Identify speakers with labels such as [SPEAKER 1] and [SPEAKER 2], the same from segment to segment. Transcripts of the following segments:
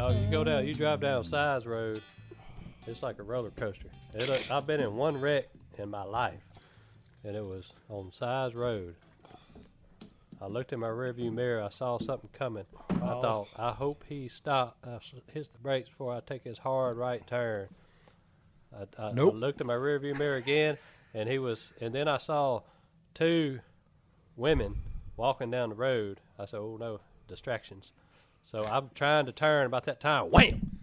[SPEAKER 1] Oh, you go down, you drive down Size Road. It's like a roller coaster. It, uh, I've been in one wreck in my life, and it was on Size Road. I looked in my rearview mirror. I saw something coming. I thought, I hope he stops, uh, s- hits the brakes before I take his hard right turn. I, I,
[SPEAKER 2] Nope.
[SPEAKER 1] I looked in my rearview mirror again, and he was. And then I saw two women walking down the road. I said, "Oh no, distractions." So I'm trying to turn. About that time, wham!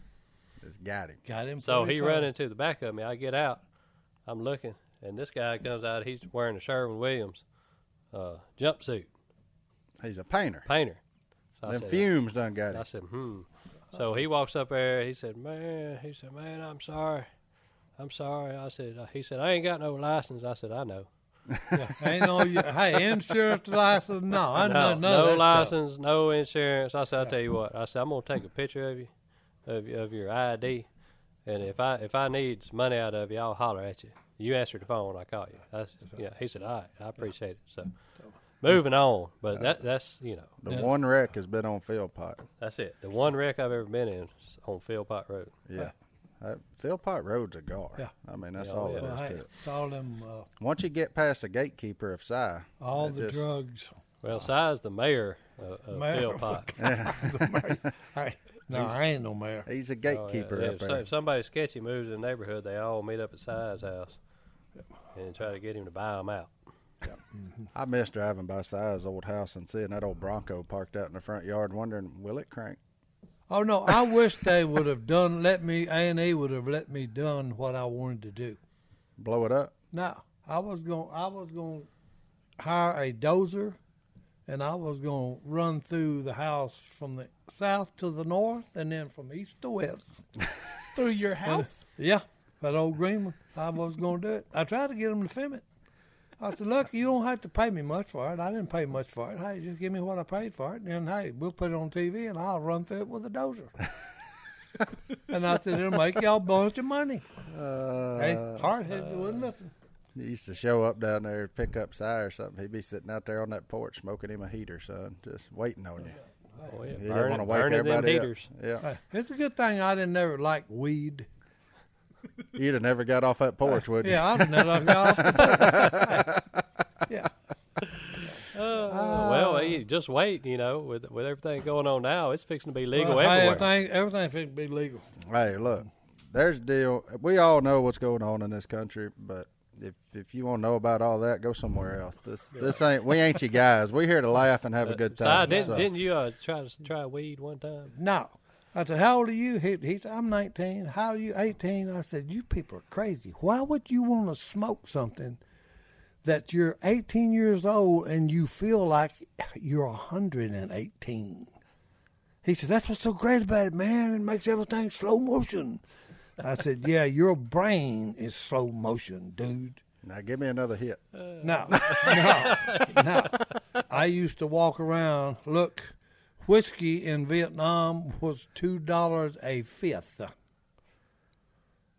[SPEAKER 2] Just got it.
[SPEAKER 3] Got him.
[SPEAKER 1] So
[SPEAKER 3] plenty
[SPEAKER 1] he
[SPEAKER 3] of
[SPEAKER 1] run
[SPEAKER 3] time.
[SPEAKER 1] into the back of me. I get out. I'm looking, and this guy comes out. He's wearing a Sherwin Williams uh, jumpsuit,
[SPEAKER 2] He's a painter.
[SPEAKER 1] painter. So I
[SPEAKER 2] Them
[SPEAKER 1] said,
[SPEAKER 2] fumes done got
[SPEAKER 1] I
[SPEAKER 2] it.
[SPEAKER 1] said, hmm. So he walks up there. He said, man. He said, man, I'm sorry. I'm sorry. I said. uh, He said, I ain't got no license. I said, I know.
[SPEAKER 3] Ain't no you- hey insurance license. No, I
[SPEAKER 1] No,
[SPEAKER 3] know
[SPEAKER 1] no
[SPEAKER 3] no
[SPEAKER 1] license, no insurance. I said, I'll tell you what. I said, I'm gonna take a picture of you, of, of your ID, and if I if I need some money out of you, I'll holler at you. You answer the phone, I call you. I, s- yeah, he said, all right, I appreciate it. So, moving on, but that that's you know
[SPEAKER 2] The one wreck has been on Philpot.
[SPEAKER 1] that's it. The one wreck I've ever been in is on Philpot Road.
[SPEAKER 2] Yeah. Uh, Philpot Road's a gar.
[SPEAKER 3] Yeah.
[SPEAKER 2] I mean, that's
[SPEAKER 1] Yeah,
[SPEAKER 2] all
[SPEAKER 1] yeah.
[SPEAKER 2] it is
[SPEAKER 3] Well, hey,
[SPEAKER 2] to it.
[SPEAKER 3] it's all them uh,
[SPEAKER 2] Once you get past the gatekeeper of Psy,
[SPEAKER 3] all
[SPEAKER 2] it
[SPEAKER 3] the
[SPEAKER 2] just-
[SPEAKER 3] drugs.
[SPEAKER 1] Well, Si's the mayor of, of
[SPEAKER 3] Mayor of
[SPEAKER 1] Philpot.
[SPEAKER 3] Hey, no, I ain't no mayor.
[SPEAKER 2] He's a
[SPEAKER 1] Oh, yeah,
[SPEAKER 2] gatekeeper
[SPEAKER 1] yeah,
[SPEAKER 2] up
[SPEAKER 1] if,
[SPEAKER 2] there.
[SPEAKER 1] so- if somebody sketchy moves in the neighborhood, they all meet up at Si's house and try to get him to buy them out.
[SPEAKER 2] I miss driving by Si's old house and seeing that old Bronco parked out in the front yard, wondering will it crank?
[SPEAKER 3] Oh no, I wish they would have done let me A and E would have let me done what I wanted to do.
[SPEAKER 2] Blow it up?
[SPEAKER 3] No, I was going. I was going to hire a dozer, and I was going to run through the house from the south to the north, and then from east to west. uh,
[SPEAKER 4] Through your house?
[SPEAKER 3] Yeah, that old green one. I was going to do it. I tried to get him to film it. I said, "Look, you don't have to pay me much for it. I didn't pay much for it. Hey, just give me what I paid for it, and then hey, we'll put it on TV, and I'll run through it with a dozer." and I said, "It'll make y'all a bunch of money."
[SPEAKER 4] Uh,
[SPEAKER 3] hey, hard headed wouldn't listen.
[SPEAKER 2] Uh, He used to show up down there, pick up Si or something. He'd be sitting out there on that porch smoking him a heater, son, just waiting on you.
[SPEAKER 1] Oh, yeah. burning,
[SPEAKER 2] He didn't want to wake
[SPEAKER 1] burning them
[SPEAKER 2] everybody up.
[SPEAKER 1] heaters.
[SPEAKER 2] Yeah,
[SPEAKER 3] Hey, It's a good thing I didn't ever like weed.
[SPEAKER 2] you'd have never got off that porch, would you?
[SPEAKER 3] Yeah, I didn't ever got off the porch. Yeah. Oh.
[SPEAKER 1] Uh, well, you just wait. You know, with with everything going on now, it's fixing to be legal
[SPEAKER 3] Well, hey,
[SPEAKER 1] everywhere.
[SPEAKER 3] everything, everything fit to be legal.
[SPEAKER 2] Hey, look, there's the deal. We all know what's going on in this country, but if if you want to know about all that, go somewhere else. This this ain't we ain't you guys. We here to laugh and have a good
[SPEAKER 1] Si,
[SPEAKER 2] time.
[SPEAKER 1] Uh, didn't,
[SPEAKER 2] so-
[SPEAKER 1] didn't you uh, try to s- try weed one time?
[SPEAKER 3] No. I said, how old are you? He, he said, I'm 19. How are you? 18. I said, you people are crazy. Why would you want to smoke something that you're 18 years old and you feel like you're 118? He said, that's what's so great about it, man. It makes everything slow motion. I said, yeah, your brain is slow motion, dude.
[SPEAKER 2] Now give me another hit.
[SPEAKER 3] No, no, no. I used to walk around. Look, whiskey in Vietnam was two dollars a fifth.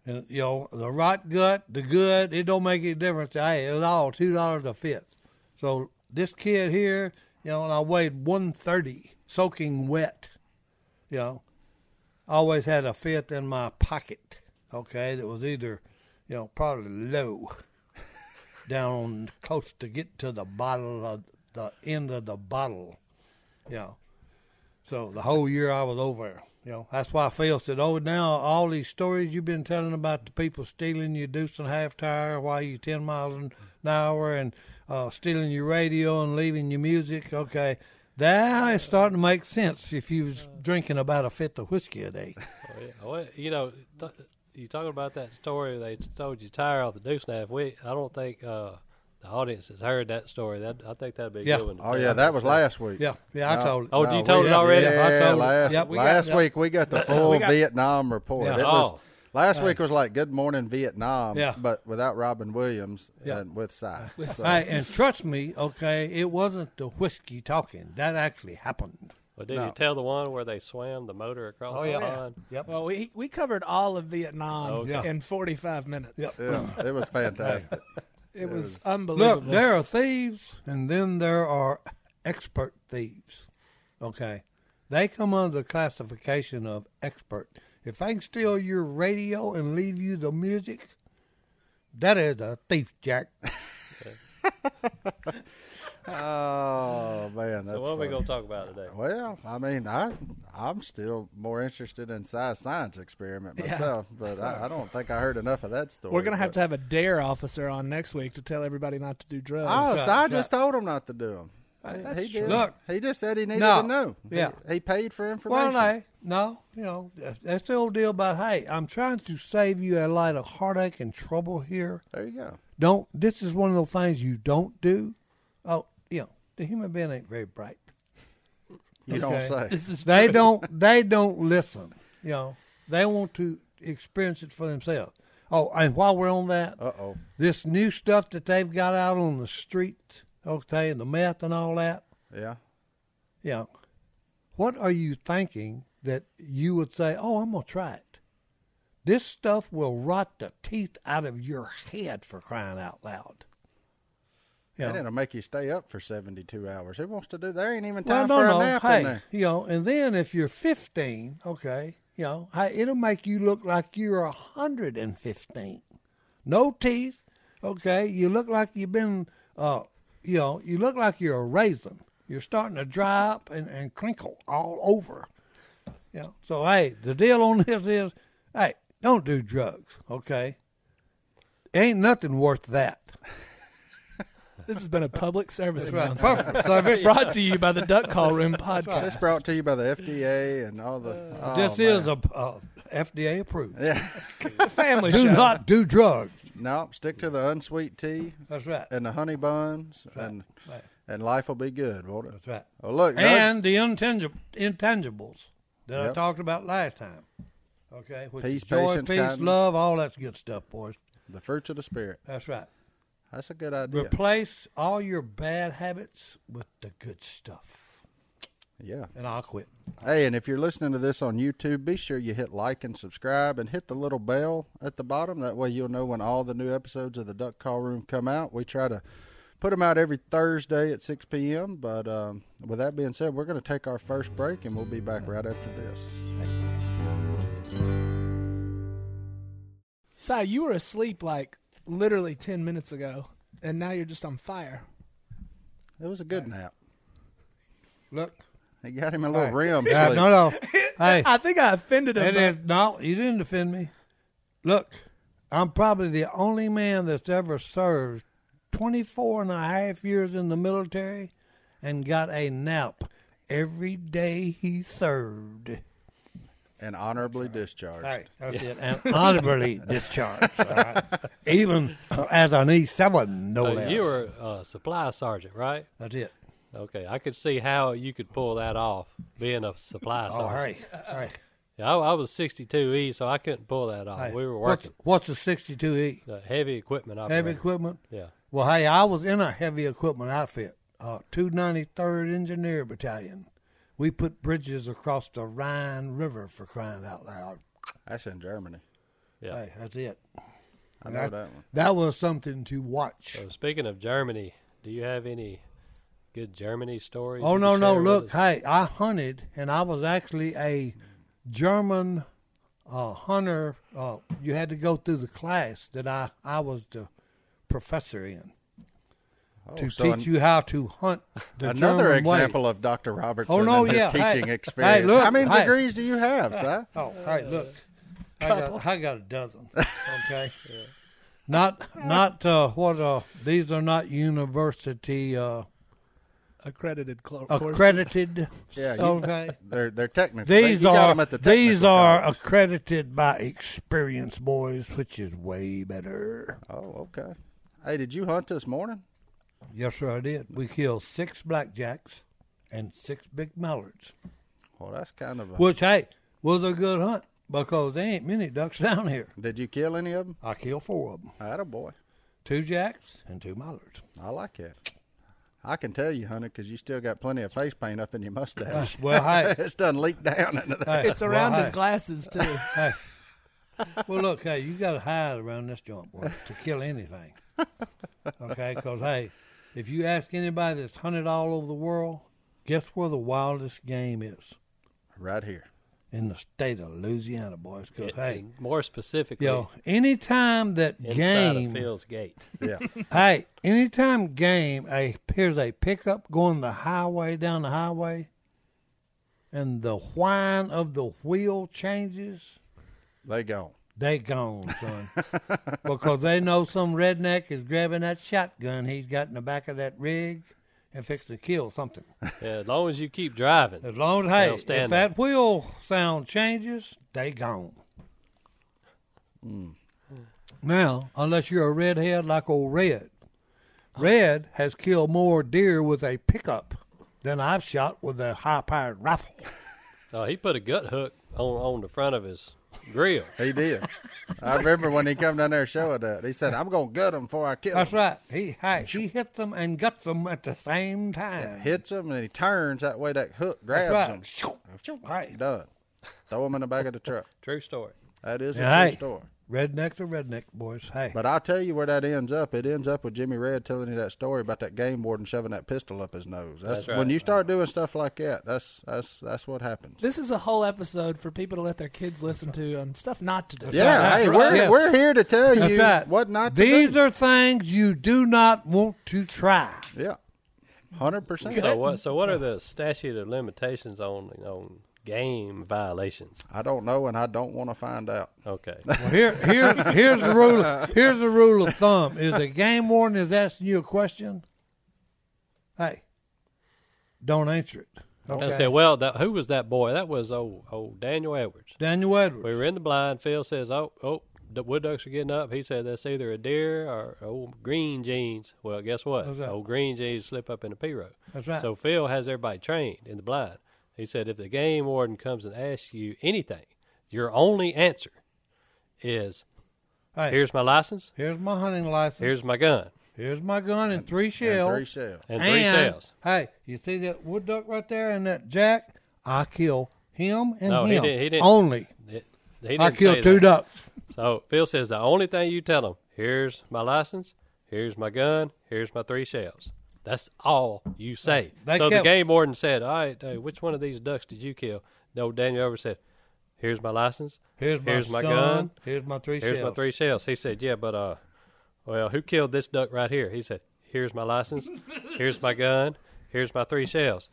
[SPEAKER 3] And you know the right gut, the good. It don't make any difference. Hey, it's all two dollars a fifth. So this kid here, you know, and I weighed one thirty, soaking wet. You know, I always had a fifth in my pocket. Okay, that was either, you know, probably low down close to get to the bottle of the end of the bottle. You know. So the whole year I was over there. You know, that's why Phil said, Oh, now all these stories you've been telling about the people stealing your deuce and a half tire while you 10 miles an hour and uh, stealing your radio and leaving your music. Okay, that is starting to make sense if you was drinking about a fifth of whiskey a day.
[SPEAKER 1] Oh, yeah. Well, you know, t- you talking about that story they told you tire off the deuce nav. We, I don't think uh, the audience has heard that story. That I think that'd be a
[SPEAKER 3] Yeah.
[SPEAKER 1] good one. to
[SPEAKER 2] Oh
[SPEAKER 1] tell.
[SPEAKER 2] yeah, that was last week.
[SPEAKER 3] Yeah, yeah, I
[SPEAKER 2] No,
[SPEAKER 3] told it.
[SPEAKER 1] Oh, you
[SPEAKER 2] we-
[SPEAKER 1] told it already?
[SPEAKER 2] Yeah,
[SPEAKER 1] I told it.
[SPEAKER 2] last,
[SPEAKER 3] Yep, we got-
[SPEAKER 2] last
[SPEAKER 3] yep.
[SPEAKER 2] week we got the full
[SPEAKER 3] We got-
[SPEAKER 2] Vietnam report.
[SPEAKER 3] Yeah.
[SPEAKER 2] It was
[SPEAKER 1] Oh.
[SPEAKER 2] last week was like Good Morning Vietnam,
[SPEAKER 3] Yeah.
[SPEAKER 2] but without Robin Williams
[SPEAKER 3] Yeah.
[SPEAKER 2] and with Si. So,
[SPEAKER 3] Hey, and trust me, okay, it wasn't the whiskey talking. That actually happened.
[SPEAKER 1] Well, did
[SPEAKER 2] No.
[SPEAKER 1] you tell the one where they swam the motor across
[SPEAKER 3] Oh,
[SPEAKER 1] the
[SPEAKER 3] yeah.
[SPEAKER 1] pond?
[SPEAKER 3] Yep.
[SPEAKER 4] Well, we, we covered all of Vietnam
[SPEAKER 1] Okay.
[SPEAKER 4] in 45 minutes.
[SPEAKER 3] Yep.
[SPEAKER 2] yeah, it was fantastic.
[SPEAKER 4] It was
[SPEAKER 2] was-
[SPEAKER 4] unbelievable.
[SPEAKER 3] Look, there are thieves, and then there are expert thieves. Okay, they come under the classification of expert. If I can steal your radio and leave you the music, that is a thief, Jack.
[SPEAKER 2] Oh man, that's
[SPEAKER 1] So what are we
[SPEAKER 2] funny.
[SPEAKER 1] gonna talk about today?
[SPEAKER 2] Well, I mean, I I'm still more interested in size science experiment myself, but I, I don't think I heard enough of that story.
[SPEAKER 4] We're gonna have
[SPEAKER 2] but-
[SPEAKER 4] to have a dare officer on next week to tell everybody not to do drugs.
[SPEAKER 2] Oh,
[SPEAKER 3] Right,
[SPEAKER 2] so I
[SPEAKER 3] right.
[SPEAKER 2] just told him not to do them.
[SPEAKER 4] That's
[SPEAKER 2] he did.
[SPEAKER 4] true.
[SPEAKER 3] Look.
[SPEAKER 2] he just said he needed
[SPEAKER 3] No.
[SPEAKER 2] to know. He-
[SPEAKER 3] Yeah.
[SPEAKER 2] he, paid for information.
[SPEAKER 3] Well, no, no, you know that's- that's the old deal. About hey, I'm trying to save you a lot of heartache and trouble here.
[SPEAKER 2] there you go.
[SPEAKER 3] Don't. This is one of those things you don't do. Oh, you know, the human being ain't very bright.
[SPEAKER 2] You don't
[SPEAKER 3] Okay.
[SPEAKER 2] say.
[SPEAKER 4] this is
[SPEAKER 3] they don't they don't listen. You know, they want to experience it for themselves. Oh, and while we're on that,
[SPEAKER 2] Uh oh.
[SPEAKER 3] this new stuff that they've got out on the street, okay, and the meth and all that.
[SPEAKER 2] Yeah.
[SPEAKER 3] Yeah. what are you thinking that you would say, "Oh, I'm gonna try it"? This stuff will rot the teeth out of your head for crying out loud. Yeah.
[SPEAKER 2] And it'll make you stay up for 72 hours. Who wants to do There ain't even
[SPEAKER 3] Well,
[SPEAKER 2] time
[SPEAKER 3] no,
[SPEAKER 2] for a
[SPEAKER 3] no.
[SPEAKER 2] nap
[SPEAKER 3] hey,
[SPEAKER 2] in there.
[SPEAKER 3] you know, and then if you're 15, okay, you know, hey, it'll make you look like you're 115. No teeth, okay. You look like you've been, uh, you know, you look like you're a raisin. You're starting to dry up and, and crinkle all over. You know, so hey, the deal on this is, hey, don't do drugs, okay. Ain't nothing worth that.
[SPEAKER 4] this has been a public service announcement
[SPEAKER 3] Perfect service.
[SPEAKER 4] brought to you by the Duck Call Room podcast.
[SPEAKER 2] It's brought to you by the FDA and all the. oh,
[SPEAKER 3] this
[SPEAKER 2] man.
[SPEAKER 3] is a uh, FDA approved.
[SPEAKER 4] It's a family
[SPEAKER 3] do
[SPEAKER 4] show.
[SPEAKER 3] not do drugs.
[SPEAKER 2] No, stick to the unsweet tea
[SPEAKER 3] That's right.
[SPEAKER 2] and the honey buns, and
[SPEAKER 3] right.
[SPEAKER 2] and life will be good, won't it?
[SPEAKER 3] That's right.
[SPEAKER 2] Oh, look.
[SPEAKER 3] And the intangible, intangibles that I
[SPEAKER 2] Yep.
[SPEAKER 3] talked about last time. Okay. Which
[SPEAKER 2] Peace,
[SPEAKER 3] is joy,
[SPEAKER 2] patience,
[SPEAKER 3] peace,
[SPEAKER 2] kindness.
[SPEAKER 3] love, all that good stuff, boys.
[SPEAKER 2] the, the fruits of the Spirit.
[SPEAKER 3] That's right.
[SPEAKER 2] That's a good idea.
[SPEAKER 3] Replace all your bad habits with the good stuff.
[SPEAKER 2] yeah.
[SPEAKER 3] And I'll quit.
[SPEAKER 2] Hey, and if you're listening to this on YouTube, be sure you hit like and subscribe and hit the little bell at the bottom. That way you'll know when all the new episodes of the Duck Call Room come out. We try to put them out every Thursday at 6 p.m. But um, with that being said, we're going to take our first break and we'll be back right after this.
[SPEAKER 4] Si, you were asleep like literally ten minutes ago, and now you're just on fire.
[SPEAKER 2] It was a good nap.
[SPEAKER 3] Look.
[SPEAKER 2] He got him a little
[SPEAKER 3] Right.
[SPEAKER 2] rim
[SPEAKER 3] Yeah,
[SPEAKER 2] sleep.
[SPEAKER 3] no, no. Hey,
[SPEAKER 4] I think I offended him.
[SPEAKER 3] it
[SPEAKER 4] but-
[SPEAKER 3] is, no, you didn't defend me. Look, I'm probably the only man that's ever served 24 and a half years in the military and got a nap every day he served.
[SPEAKER 2] And honorably discharged.
[SPEAKER 3] Right, that's it. And honorably discharged. All right? Even uh, as an E7, no
[SPEAKER 1] So
[SPEAKER 2] Oh,
[SPEAKER 3] less.
[SPEAKER 1] Uh, you were a supply sergeant, right?
[SPEAKER 3] that's it.
[SPEAKER 1] Okay, I could see how you could pull that off being a supply
[SPEAKER 3] All
[SPEAKER 1] sergeant.
[SPEAKER 3] right. All right.
[SPEAKER 1] Yeah, I, I was 62E, so I couldn't pull that off.
[SPEAKER 3] Hey,
[SPEAKER 1] We were
[SPEAKER 3] what's-
[SPEAKER 1] working
[SPEAKER 3] What's, a 62E?
[SPEAKER 1] the heavy equipment operator.
[SPEAKER 3] Heavy equipment?
[SPEAKER 1] Yeah.
[SPEAKER 3] Well, hey, I was in a heavy equipment outfit, uh, 293rd Engineer Battalion. We put bridges across the Rhine River for crying out loud.
[SPEAKER 2] That's in Germany.
[SPEAKER 1] Yeah.
[SPEAKER 3] Hey, that's it.
[SPEAKER 2] I know that one.
[SPEAKER 3] That was something to watch.
[SPEAKER 1] So speaking of Germany, do you have any good Germany stories?
[SPEAKER 3] Oh
[SPEAKER 1] you
[SPEAKER 3] no,
[SPEAKER 1] can
[SPEAKER 3] no!
[SPEAKER 1] share with
[SPEAKER 3] Look,
[SPEAKER 1] us?
[SPEAKER 3] hey, I hunted, and I was actually a German uh, hunter. Uh, you had to go through the class that I I was the professor in
[SPEAKER 1] Oh,
[SPEAKER 3] to
[SPEAKER 2] Oh, so
[SPEAKER 3] teach
[SPEAKER 2] an-
[SPEAKER 3] you how to hunt. The
[SPEAKER 2] Another
[SPEAKER 3] German way.
[SPEAKER 2] example of Dr. Robertson
[SPEAKER 3] Oh, no,
[SPEAKER 2] and his
[SPEAKER 3] yeah. Hey,
[SPEAKER 2] teaching
[SPEAKER 3] hey,
[SPEAKER 2] experience.
[SPEAKER 3] look,
[SPEAKER 2] How many
[SPEAKER 3] hey.
[SPEAKER 2] degrees do you have, Si?
[SPEAKER 3] Oh, all right, look. I got, I got a dozen. Okay. Not not uh, what uh these are not university uh
[SPEAKER 4] accredited clo- courses.
[SPEAKER 3] accredited.
[SPEAKER 2] Yeah, you-
[SPEAKER 3] okay.
[SPEAKER 2] They're they're technical. They-
[SPEAKER 3] These
[SPEAKER 2] you got
[SPEAKER 3] are
[SPEAKER 2] 'em at the
[SPEAKER 3] these
[SPEAKER 2] technical
[SPEAKER 3] are
[SPEAKER 2] college.
[SPEAKER 3] accredited by experience boys, which is way better.
[SPEAKER 2] Oh, okay. Hey, did you hunt this morning?
[SPEAKER 3] Yes, sir, I did. We killed six blackjacks and six big mallards,
[SPEAKER 2] Well, that's kind of. A,
[SPEAKER 3] which hey was a good hunt because there ain't many ducks down here.
[SPEAKER 2] did you kill any of them?
[SPEAKER 3] I killed four of them,
[SPEAKER 2] boy.
[SPEAKER 3] two jacks and two mallards.
[SPEAKER 2] I like it. I can tell you, honey, because you still got plenty of face paint up in your mustache.
[SPEAKER 3] Well, hey,
[SPEAKER 2] it's done leaked down into there.
[SPEAKER 3] hey,
[SPEAKER 4] It's around
[SPEAKER 3] well,
[SPEAKER 4] his
[SPEAKER 3] hey,
[SPEAKER 4] glasses too.
[SPEAKER 3] Hey, Well, look, hey, you got to hide around this joint, boy, to kill anything. Okay, because hey, if you ask anybody that's hunted all over the world, guess where the wildest game is
[SPEAKER 2] Right here.
[SPEAKER 3] in the state of Louisiana, boys. Because hey,
[SPEAKER 1] And more specifically,
[SPEAKER 3] yo, anytime that
[SPEAKER 1] inside
[SPEAKER 3] game,
[SPEAKER 1] of Phil's gate.
[SPEAKER 2] Yeah.
[SPEAKER 3] hey, anytime game a, appears a pickup going the highway down the highway, and the whine of the wheel changes.
[SPEAKER 2] they gone.
[SPEAKER 3] They gone, son. because they know some redneck is grabbing that shotgun he's got in the back of that rig and fixing to kill something.
[SPEAKER 1] Yeah, as long as you keep driving.
[SPEAKER 3] As long as hey,
[SPEAKER 1] They'll stand
[SPEAKER 3] if that wheel sound changes, they gone. Now, unless you're a redhead like old Red, Red has killed more deer with a pickup than I've shot with a high-powered rifle.
[SPEAKER 1] Oh, he put a gut hook on on the front of his grill.
[SPEAKER 2] He did. I remember when he come down there showing that. He said, "I'm gonna gut him before I kill him."
[SPEAKER 3] That's right. He hey, he hits them and guts them at the same time.
[SPEAKER 2] Hits him and he turns that way. That hook grabs
[SPEAKER 3] That's
[SPEAKER 2] him.
[SPEAKER 3] right. Hey.
[SPEAKER 2] Done. Throw him in the back of the truck.
[SPEAKER 1] True story.
[SPEAKER 2] That is a
[SPEAKER 3] Yeah,
[SPEAKER 2] true
[SPEAKER 3] hey.
[SPEAKER 2] story.
[SPEAKER 3] Rednecks are redneck boys. Hey,
[SPEAKER 2] But I'll tell you where that ends up. It ends up with Jimmy Red telling you that story about that game board and shoving that pistol up his nose. That's,
[SPEAKER 1] That's right.
[SPEAKER 2] when you start doing stuff like that. That's that's that's what happens.
[SPEAKER 4] This is a whole episode for people to let their kids listen to on stuff not to do.
[SPEAKER 2] Yeah,
[SPEAKER 3] right.
[SPEAKER 2] hey,
[SPEAKER 3] That's
[SPEAKER 2] we're
[SPEAKER 3] right. Yes.
[SPEAKER 2] we're here to tell
[SPEAKER 3] that's
[SPEAKER 2] you
[SPEAKER 3] right.
[SPEAKER 2] what not to
[SPEAKER 3] These
[SPEAKER 2] do.
[SPEAKER 3] are things you do not want to try.
[SPEAKER 2] yeah, hundred percent.
[SPEAKER 1] So what? So what are the statute of limitations on on game violations?
[SPEAKER 2] I don't know, and I don't want to find out.
[SPEAKER 1] Okay.
[SPEAKER 3] Well, here, here, here's the rule. Here's the rule of thumb: is a game warden is asking you a question, hey, don't answer it.
[SPEAKER 1] I said, well, that, who was that boy? That was old old Daniel Edwards.
[SPEAKER 3] Daniel
[SPEAKER 1] We
[SPEAKER 3] Edwards.
[SPEAKER 1] were in the blind. Phil says, "Oh, oh, the wood ducks are getting up." He said, "That's either a deer or old green jeans." Well, guess what?
[SPEAKER 3] What's that?
[SPEAKER 1] Old green jeans slip up in the P-row.
[SPEAKER 3] That's right.
[SPEAKER 1] So Phil has everybody trained in the blind. He said, "If the game warden comes and asks you anything, your only answer is,
[SPEAKER 3] Hey, here's,
[SPEAKER 1] here's my license,
[SPEAKER 3] my hunting license. Here's,
[SPEAKER 1] here's my gun,
[SPEAKER 3] my gun and three
[SPEAKER 2] And
[SPEAKER 3] shells.
[SPEAKER 2] three shell.
[SPEAKER 1] and three
[SPEAKER 3] And,
[SPEAKER 1] sales."
[SPEAKER 3] Hey, you see that wood duck right there and that jack? I kill him and
[SPEAKER 1] No,
[SPEAKER 3] him
[SPEAKER 1] he didn't- he didn't-
[SPEAKER 3] only.
[SPEAKER 1] It- he didn't
[SPEAKER 3] I
[SPEAKER 1] say
[SPEAKER 3] killed two
[SPEAKER 1] that.
[SPEAKER 3] ducks.
[SPEAKER 1] So Phil says, "The only thing you tell him, here's my license, here's my gun, here's my three shells." That's all you say.
[SPEAKER 3] They
[SPEAKER 1] so the
[SPEAKER 3] kept-
[SPEAKER 1] game warden said, "All right, hey, which one of these ducks did you kill?" No, Daniel Edwards said, "Here's my license,
[SPEAKER 3] Here's my,
[SPEAKER 1] here's my
[SPEAKER 3] son,
[SPEAKER 1] gun,
[SPEAKER 3] Here's my three
[SPEAKER 1] here's
[SPEAKER 3] shells.
[SPEAKER 1] my three shells." He said, "Yeah, but uh, well, who killed this duck right here?" He said, "Here's my license, here's my gun, here's my three shells."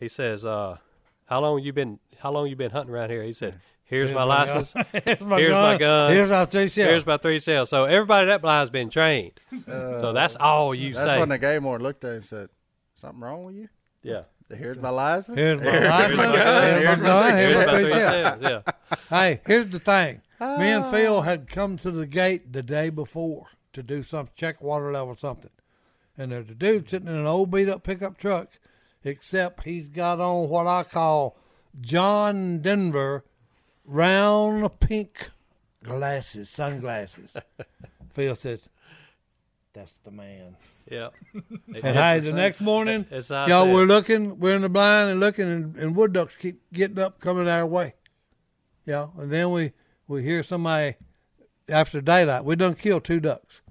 [SPEAKER 1] He says, "Uh, how long you been? How long you been hunting around here?" He said, "Here's, my,
[SPEAKER 3] my gun.
[SPEAKER 1] license,
[SPEAKER 3] Here's my
[SPEAKER 1] Here's
[SPEAKER 3] gun.
[SPEAKER 1] my gun.
[SPEAKER 3] Here's my three shells.
[SPEAKER 1] Here's my three sales. So everybody that blind's been trained. so that's all you
[SPEAKER 2] Uh, That's
[SPEAKER 1] say.
[SPEAKER 2] when the game warden looked at him and said, "Something wrong with you?"
[SPEAKER 1] yeah.
[SPEAKER 2] Here's my license.
[SPEAKER 3] Here's my license. Here's my gun. Here's my three shells.
[SPEAKER 1] sales. Yeah.
[SPEAKER 3] Hey, here's the thing. Me and Phil had come to the gate the day before to do some check water level or something. And there's a dude sitting in an old beat up pickup truck, except he's got on what I call John Denver round pink glasses, sunglasses. Phil says, That's the man.
[SPEAKER 1] Yeah.
[SPEAKER 3] And hey, the next morning,
[SPEAKER 1] It's how I
[SPEAKER 3] y'all
[SPEAKER 1] said.
[SPEAKER 3] we're looking, we're in the blind and looking, and, and wood ducks keep getting up, coming our way. Yeah, and then we we hear somebody after daylight. We done killed two ducks.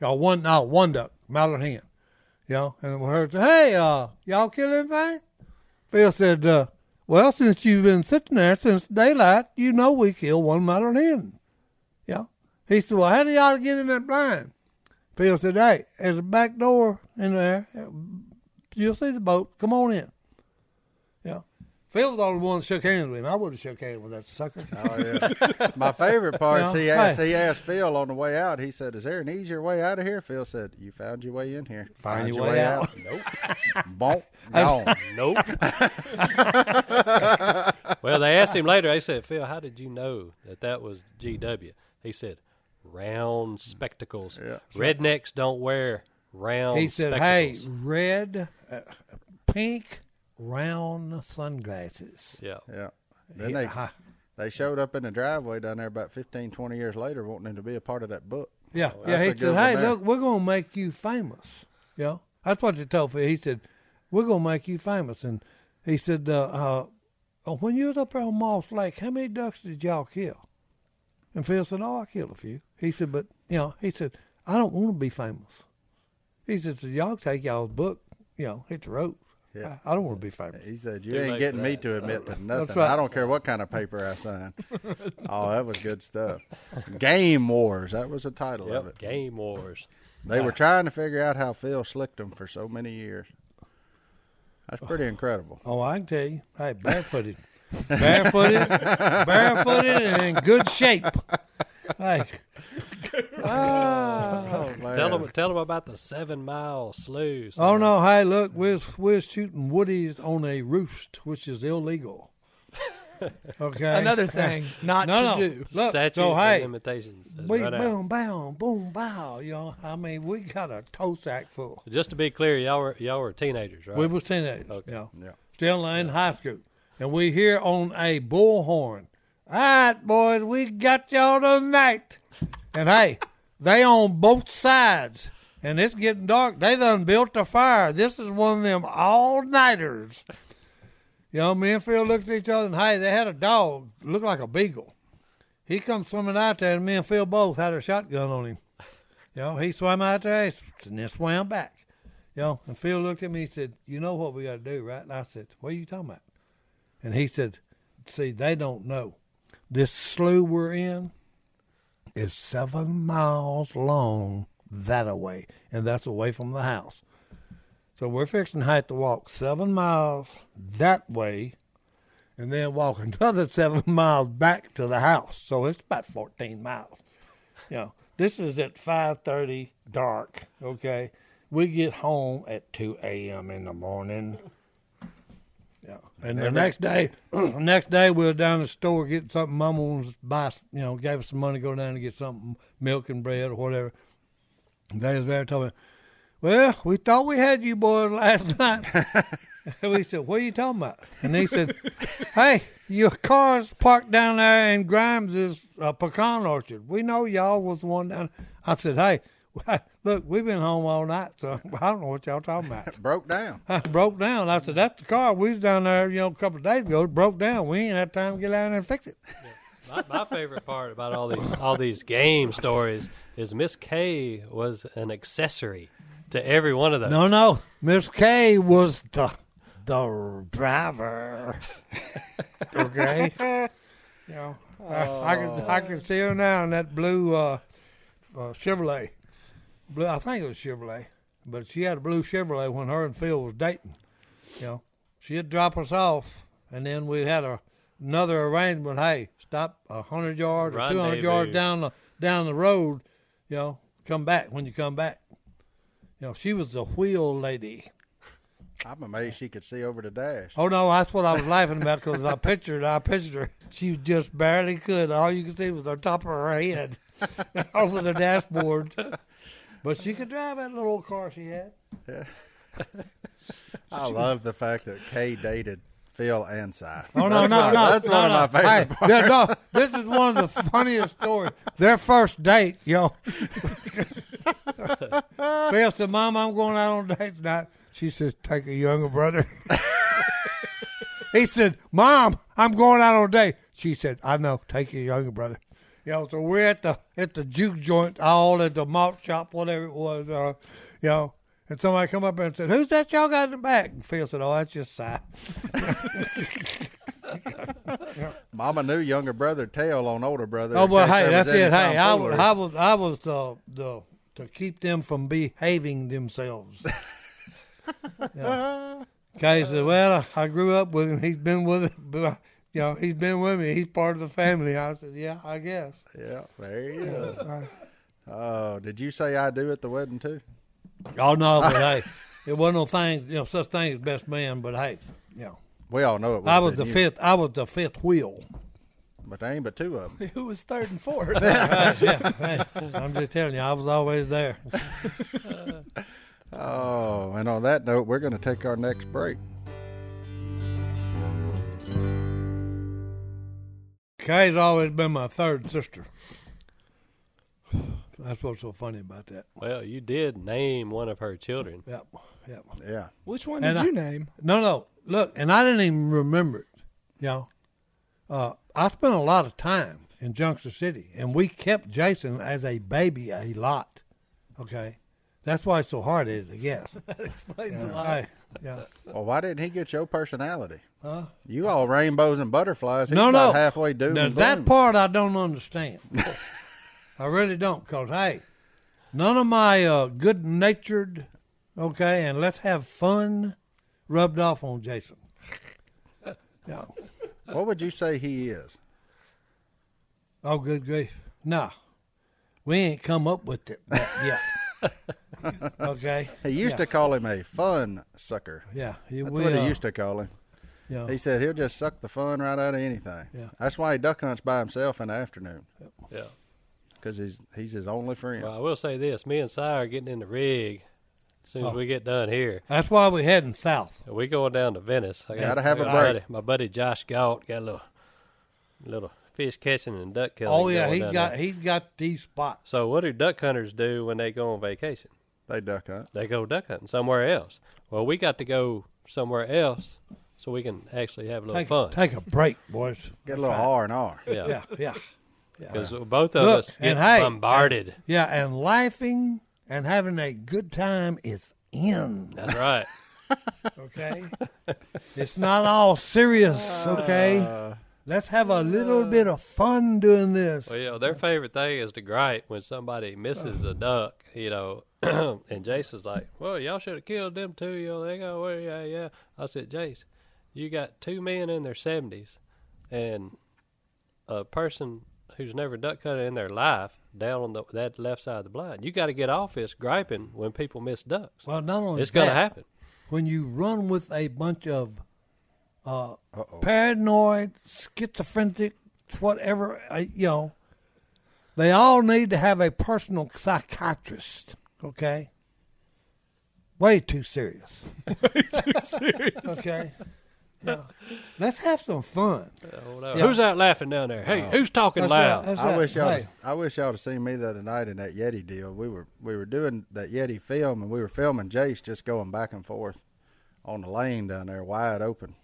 [SPEAKER 3] Y'all one no one duck, mallard hen. You know, and we heard, hey, uh, y'all kill anything? Phil said, uh, well, since you've been sitting there since daylight, you know we killed one mallard hen. Yeah. He said, well, how do y'all get in that blind? Phil said, hey, there's a back door in there. You'll see the boat. Come on in. Yeah. Phil was the only one that shook hands with him. I would have shook hands with that sucker.
[SPEAKER 2] Oh, yeah. My favorite part is
[SPEAKER 3] Yeah.
[SPEAKER 2] he asked he asked Phil on the way out. He said, "Is there an easier way out of here?" Phil said, "You found your way in here. Find,
[SPEAKER 3] your way out."
[SPEAKER 2] Nope. Bonk. Gone.
[SPEAKER 1] Nope. well, they asked him later. They said, Phil, how did you know that that was GW? He said, round spectacles.
[SPEAKER 2] Mm. Yeah.
[SPEAKER 1] Rednecks don't wear round
[SPEAKER 3] He said, hey,
[SPEAKER 1] spectacles.
[SPEAKER 3] red, uh, pink, round sunglasses.
[SPEAKER 1] Yeah.
[SPEAKER 2] Yeah. Then
[SPEAKER 3] Yeah,
[SPEAKER 2] they
[SPEAKER 3] huh.
[SPEAKER 2] they showed up in the driveway down there about 15, 20 years later, wanting him to be a part of that book.
[SPEAKER 3] Yeah,
[SPEAKER 2] Well,
[SPEAKER 3] yeah.
[SPEAKER 2] Oh, that's
[SPEAKER 3] He
[SPEAKER 2] a
[SPEAKER 3] said,
[SPEAKER 2] good one
[SPEAKER 3] "Hey,
[SPEAKER 2] there.
[SPEAKER 3] look, we're gonna make you famous." Yeah, that's what they told me. He said, "We're gonna make you famous," and he said, uh, uh, "When you was up there on Moss Lake, how many ducks did y'all kill?" And Phil said, "Oh, I killed a few." He said, "But you know," he said, "I don't want to be famous." He said, so "Y'all take y'all's book, you know, hit the road.
[SPEAKER 2] Yeah.
[SPEAKER 3] I, I don't want to be famous."
[SPEAKER 2] He said, "You
[SPEAKER 1] Too
[SPEAKER 2] ain't
[SPEAKER 1] late
[SPEAKER 2] getting
[SPEAKER 1] for
[SPEAKER 2] me
[SPEAKER 1] that."
[SPEAKER 2] to admit to nothing.
[SPEAKER 3] right.
[SPEAKER 2] I don't care what kind of paper I sign." oh, that was good stuff. Game Wars. That was the title of
[SPEAKER 1] Yep,
[SPEAKER 2] it.
[SPEAKER 1] Game Wars.
[SPEAKER 2] They
[SPEAKER 3] Ah.
[SPEAKER 2] were trying to figure out how Phil slicked them for so many years. That's pretty incredible.
[SPEAKER 3] Oh, I can tell you, hey, barefooted, barefooted, barefooted, and in good shape. Hey,
[SPEAKER 2] Oh,
[SPEAKER 1] Tell
[SPEAKER 2] man.
[SPEAKER 1] them, tell them about the seven mile sluice.
[SPEAKER 3] oh no, hey, look, we're we're shooting woodies on a roost, which is illegal. Okay,
[SPEAKER 4] Another thing not
[SPEAKER 3] no,
[SPEAKER 4] to
[SPEAKER 3] no.
[SPEAKER 4] do.
[SPEAKER 3] Look,
[SPEAKER 1] statute
[SPEAKER 3] so
[SPEAKER 1] of
[SPEAKER 3] hey,
[SPEAKER 1] limitations. is
[SPEAKER 3] We
[SPEAKER 1] right out.
[SPEAKER 3] boom, boom, boom, bow. You know, I mean, we got a toe sack full.
[SPEAKER 1] Just to be clear, y'all were y'all were teenagers, right?
[SPEAKER 3] We was teenagers.
[SPEAKER 1] Okay.
[SPEAKER 3] You know,
[SPEAKER 2] Yeah.
[SPEAKER 3] still in high school, and we here on a bullhorn. All right, boys, we got y'all tonight. And hey, they on both sides, and it's getting dark. They done built a fire. This is one of them all nighters. You know, me and Phil looked at each other, and hey, they had a dog looked like a beagle. He come swimming out there, and me and Phil both had a shotgun on him. You know, he swam out there he s- and then swam back. You know, and Phil looked at me and said, You know what we got to do, right? And I said, What are you talking about? And he said, See, they don't know. This slough we're in is seven miles long that a way, and that's away from the house. So we're fixing to have to walk seven miles that way and then walk another seven miles back to the house. So it's about 14 miles you know, this is at five thirty dark. Okay, we get home at two a.m. in the morning. Yeah, and the next day, next day we was down at the store getting something. Mama wanted to buy, you know, gave us some money to go down and get something, milk and bread or whatever. And they was there told me, "Well, we thought we had you boys last night." And we said, "What are you talking about?" And he said, "Hey, your car's parked down there in Grimes's uh, pecan orchard. We know y'all was the one down." I said, "Hey, look, we've been home all night, so I don't know what y'all talking about."
[SPEAKER 2] Broke down.
[SPEAKER 3] I broke down. I said, "That's the car we was down there, you know, a couple of days ago. It broke down. We ain't had time to get out there and fix it."
[SPEAKER 1] my, my favorite part about all these all these game stories is Miss K was an accessory to every one of those.
[SPEAKER 3] No, no, Miss K was the the driver. okay. You know, I, I can I can see her now in that blue uh, uh, Chevrolet. Blue, I think it was Chevrolet, but she had a blue Chevrolet when her and Phil was dating. You know, she'd drop us off, and then we had a, another arrangement. Hey, stop a hundred yards or two hundred yards
[SPEAKER 1] Rendezvous.
[SPEAKER 3] down the down the road. You know, come back when you come back. You know, she was the wheel lady.
[SPEAKER 2] I'm amazed she could see over the dash.
[SPEAKER 3] Oh no, that's what I was laughing about because I pictured, I pictured her. She just barely could. All you could see was the top of her head over the dashboard. But she could drive that little car she had.
[SPEAKER 2] I love the fact that Kay dated Phil and Si.
[SPEAKER 3] Oh no,
[SPEAKER 2] that's
[SPEAKER 3] no,
[SPEAKER 2] my,
[SPEAKER 3] no!
[SPEAKER 2] That's
[SPEAKER 3] no,
[SPEAKER 2] one
[SPEAKER 3] no.
[SPEAKER 2] of my favorite
[SPEAKER 3] Hey, yeah, no, this is one of the funniest stories. Their first date, yo. Phil said, "Mom, I'm going out on a date tonight." She says, "Take a younger brother." he said, "Mom, I'm going out on a date." She said, "I know. Take your younger brother." Yo, so we're at the at the juke joint, all at the malt shop, whatever it was, uh, you know. And somebody come up and said, "Who's that y'all got in the back?" And Phil said, "Oh, that's just Si."
[SPEAKER 2] Mama knew younger brother tail on older brother.
[SPEAKER 3] Oh
[SPEAKER 2] in
[SPEAKER 3] well,
[SPEAKER 2] case
[SPEAKER 3] hey,
[SPEAKER 2] there was
[SPEAKER 3] that's it.
[SPEAKER 2] any
[SPEAKER 3] Hey, I was,
[SPEAKER 2] tomfoolery.
[SPEAKER 3] I was, I was the the to keep them from behaving themselves. yeah. Kay said, "Well, I grew up with him. He's been with, but I- you know, he's been with me. He's part of the family." I said, "Yeah, I guess."
[SPEAKER 2] Yeah, there you go. Oh, did you say I do at the wedding too?
[SPEAKER 3] Oh no, but hey, it wasn't no thing. You know, such thing as best man. But hey, you know,
[SPEAKER 2] We all know it. would've
[SPEAKER 3] I was
[SPEAKER 2] been
[SPEAKER 3] the
[SPEAKER 2] you,
[SPEAKER 3] fifth. I was the fifth wheel.
[SPEAKER 2] but there ain't but two of them.
[SPEAKER 4] Who was third and fourth?
[SPEAKER 3] Right, yeah, hey, I'm just telling you, I was always there.
[SPEAKER 2] Oh, and on that note, we're going to take our next break.
[SPEAKER 3] Kay's always been my third sister. That's what's so funny about that.
[SPEAKER 1] Well, you did name one of her children.
[SPEAKER 3] Yep, yep.
[SPEAKER 2] Yeah,
[SPEAKER 4] Which one
[SPEAKER 3] And
[SPEAKER 4] did
[SPEAKER 3] I-
[SPEAKER 4] you name?
[SPEAKER 3] No, no. Look, and I didn't even remember it. You know, uh, I spent a lot of time in Junction City, and we kept Jason as a baby a lot. Okay, that's why it's so hard at it, I guess.
[SPEAKER 4] Explains a lot.
[SPEAKER 3] I- yeah.
[SPEAKER 2] Well, why didn't he get your personality?
[SPEAKER 3] Huh?
[SPEAKER 2] You all rainbows and butterflies. He's
[SPEAKER 3] no,
[SPEAKER 2] about
[SPEAKER 3] no.
[SPEAKER 2] halfway doom
[SPEAKER 3] Now,
[SPEAKER 2] and
[SPEAKER 3] that
[SPEAKER 2] gloom.
[SPEAKER 3] part I don't understand. I really don't, cause hey, none of my uh, good-natured, okay, and let's have fun, rubbed off on Jason. yeah.
[SPEAKER 2] What would you say he is?
[SPEAKER 3] Oh, good grief. Nah, we ain't come up with it but yeah. okay.
[SPEAKER 2] He used
[SPEAKER 3] Yeah.
[SPEAKER 2] to call him a fun sucker.
[SPEAKER 3] Yeah. uh,
[SPEAKER 2] That's what he used to call him.
[SPEAKER 3] Yeah.
[SPEAKER 2] He said he'll just suck the fun right out of anything.
[SPEAKER 3] Yeah.
[SPEAKER 2] That's why he duck hunts by himself in the afternoon
[SPEAKER 1] Yeah.
[SPEAKER 2] because he's he's his only friend.
[SPEAKER 1] Well, I will say this: me and Si are getting in the rig. As soon
[SPEAKER 3] Oh.
[SPEAKER 1] as we get done here,
[SPEAKER 3] That's why we heading south.
[SPEAKER 1] And we going down to Venice. I
[SPEAKER 2] Gotta have a
[SPEAKER 1] my
[SPEAKER 2] break.
[SPEAKER 1] Buddy, my buddy Josh Galt got a little, little fish catching and duck killing.
[SPEAKER 3] Oh yeah,
[SPEAKER 1] going
[SPEAKER 3] he
[SPEAKER 1] down
[SPEAKER 3] got
[SPEAKER 1] there.
[SPEAKER 3] he's got these spots.
[SPEAKER 1] So what do duck hunters do when they go on vacation?
[SPEAKER 2] They duck hunt.
[SPEAKER 1] They go duck hunting somewhere else. Well, we got to go somewhere else so we can actually have a little
[SPEAKER 3] Take,
[SPEAKER 1] fun.
[SPEAKER 3] take a break, boys.
[SPEAKER 2] Get a little R and R.
[SPEAKER 1] yeah,
[SPEAKER 3] Yeah, yeah,
[SPEAKER 1] because both of
[SPEAKER 3] Look,
[SPEAKER 1] us get
[SPEAKER 3] and hey,
[SPEAKER 1] bombarded.
[SPEAKER 3] yeah. And laughing and having a good time is in.
[SPEAKER 1] That's right.
[SPEAKER 3] Okay, it's not all serious.
[SPEAKER 1] Uh.
[SPEAKER 3] Okay, let's have a little bit of fun doing this.
[SPEAKER 1] Well, you know, their favorite thing is to gripe when somebody misses a duck, you know. and Jason's like, "Well, y'all should have killed them two. You know, they go, well, yeah, yeah." I said, "Jace, you got two men in their seventies, and a person who's never duck hunted in their life down on the, that left side of the blind. You got to get off this griping when people miss ducks.
[SPEAKER 3] Well, not only
[SPEAKER 1] it's going to
[SPEAKER 3] that,
[SPEAKER 1] happen.
[SPEAKER 3] when you run with a bunch of uh, paranoid, schizophrenic, whatever, uh, you know, they all need to have a personal psychiatrist, okay? Way too serious. Way too serious. okay. Yeah. Let's have some fun.
[SPEAKER 1] Oh, no.
[SPEAKER 3] Yeah.
[SPEAKER 1] Who's out laughing down there? Hey, who's talking
[SPEAKER 3] That's
[SPEAKER 1] loud?
[SPEAKER 3] right, that's
[SPEAKER 2] I
[SPEAKER 3] right.
[SPEAKER 2] wish y'all
[SPEAKER 3] Hey,
[SPEAKER 2] I wish y'all to seen me the other night in that Yeti deal. We were we were doing that Yeti film and we were filming Jace just going back and forth on the lane down there, wide open.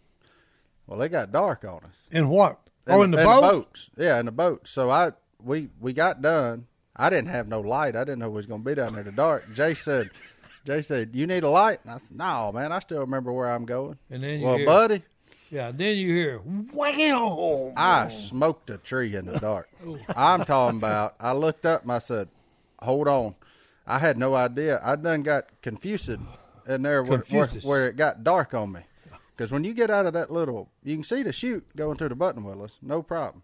[SPEAKER 2] Well, it got dark on us.
[SPEAKER 3] in what? oh, in the boat?
[SPEAKER 2] boats. Yeah, in the boat. So I we we got done. I didn't have no light. I didn't know we was gonna be down there in the dark. Jay said, Jay said, you need a light. And I said, No, man. I still remember where I'm going.
[SPEAKER 3] And then you
[SPEAKER 2] well,
[SPEAKER 3] hear-
[SPEAKER 2] buddy,
[SPEAKER 3] Yeah, then you hear, wow.
[SPEAKER 2] I smoked a tree in the dark. I'm talking about. I looked up and I said, "Hold on." I had no idea. I done got confused in there where, where,
[SPEAKER 3] Confuses.
[SPEAKER 2] where it got dark on me. Because when you get out of that little, you can see the chute going through the button willows, no problem.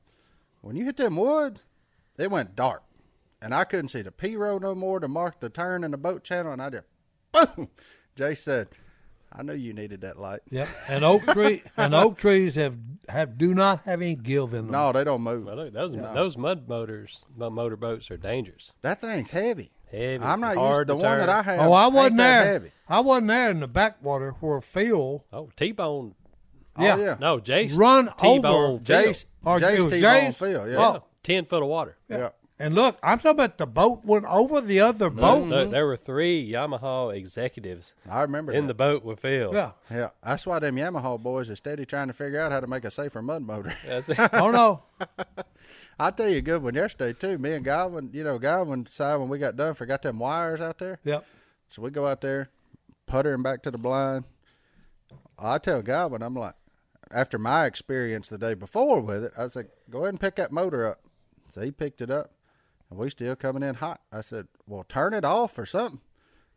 [SPEAKER 2] When you hit them woods, it went dark, and I couldn't see the P row no more to mark the turn in the boat channel, and I just boom. Jay said, "I knew you needed that light."
[SPEAKER 3] Yep, and oak tree and oak trees have have do not have any gill in them.
[SPEAKER 2] No, they don't move.
[SPEAKER 1] Well, look, those those mud motors, mud motor boats are dangerous.
[SPEAKER 2] That thing's heavy.
[SPEAKER 1] Heavy,
[SPEAKER 2] I'm not
[SPEAKER 1] hard
[SPEAKER 2] used to the
[SPEAKER 1] to
[SPEAKER 2] one
[SPEAKER 1] turn.
[SPEAKER 2] that I have.
[SPEAKER 3] oh, I
[SPEAKER 2] ain't
[SPEAKER 3] wasn't
[SPEAKER 2] that
[SPEAKER 3] there.
[SPEAKER 2] Heavy.
[SPEAKER 3] I wasn't there in the backwater where Phil.
[SPEAKER 1] Oh, T-bone
[SPEAKER 2] Oh,
[SPEAKER 3] Yeah.
[SPEAKER 2] yeah.
[SPEAKER 1] No, Jace.
[SPEAKER 3] Run
[SPEAKER 1] T-bone
[SPEAKER 3] over.
[SPEAKER 1] Phil.
[SPEAKER 2] Jace,
[SPEAKER 3] Or it
[SPEAKER 2] Jace
[SPEAKER 3] was
[SPEAKER 2] T-Bone
[SPEAKER 3] Jace? Oh,
[SPEAKER 2] Phil. Yeah.
[SPEAKER 1] Yeah, ten foot of water.
[SPEAKER 2] yeah.
[SPEAKER 3] And look, I'm talking about the boat went over the other boat.
[SPEAKER 1] Look, there were three Yamaha executives
[SPEAKER 2] I remember
[SPEAKER 1] in the
[SPEAKER 2] that.
[SPEAKER 1] boat with Phil.
[SPEAKER 3] Yeah.
[SPEAKER 2] Yeah. That's why them Yamaha boys are steady trying to figure out how to make a safer mud motor.
[SPEAKER 1] That's it.
[SPEAKER 3] Oh no.
[SPEAKER 2] I tell you a good one yesterday too. Me and Godwin, you know, Godwin decided when we got done, forgot them wires out there.
[SPEAKER 3] Yep.
[SPEAKER 2] So we go out there, putter him back to the blind. I tell Godwin, I'm like, after my experience the day before with it, I said, go ahead and pick that motor up. So he picked it up, and we still coming in hot. I said, well, turn it off or something.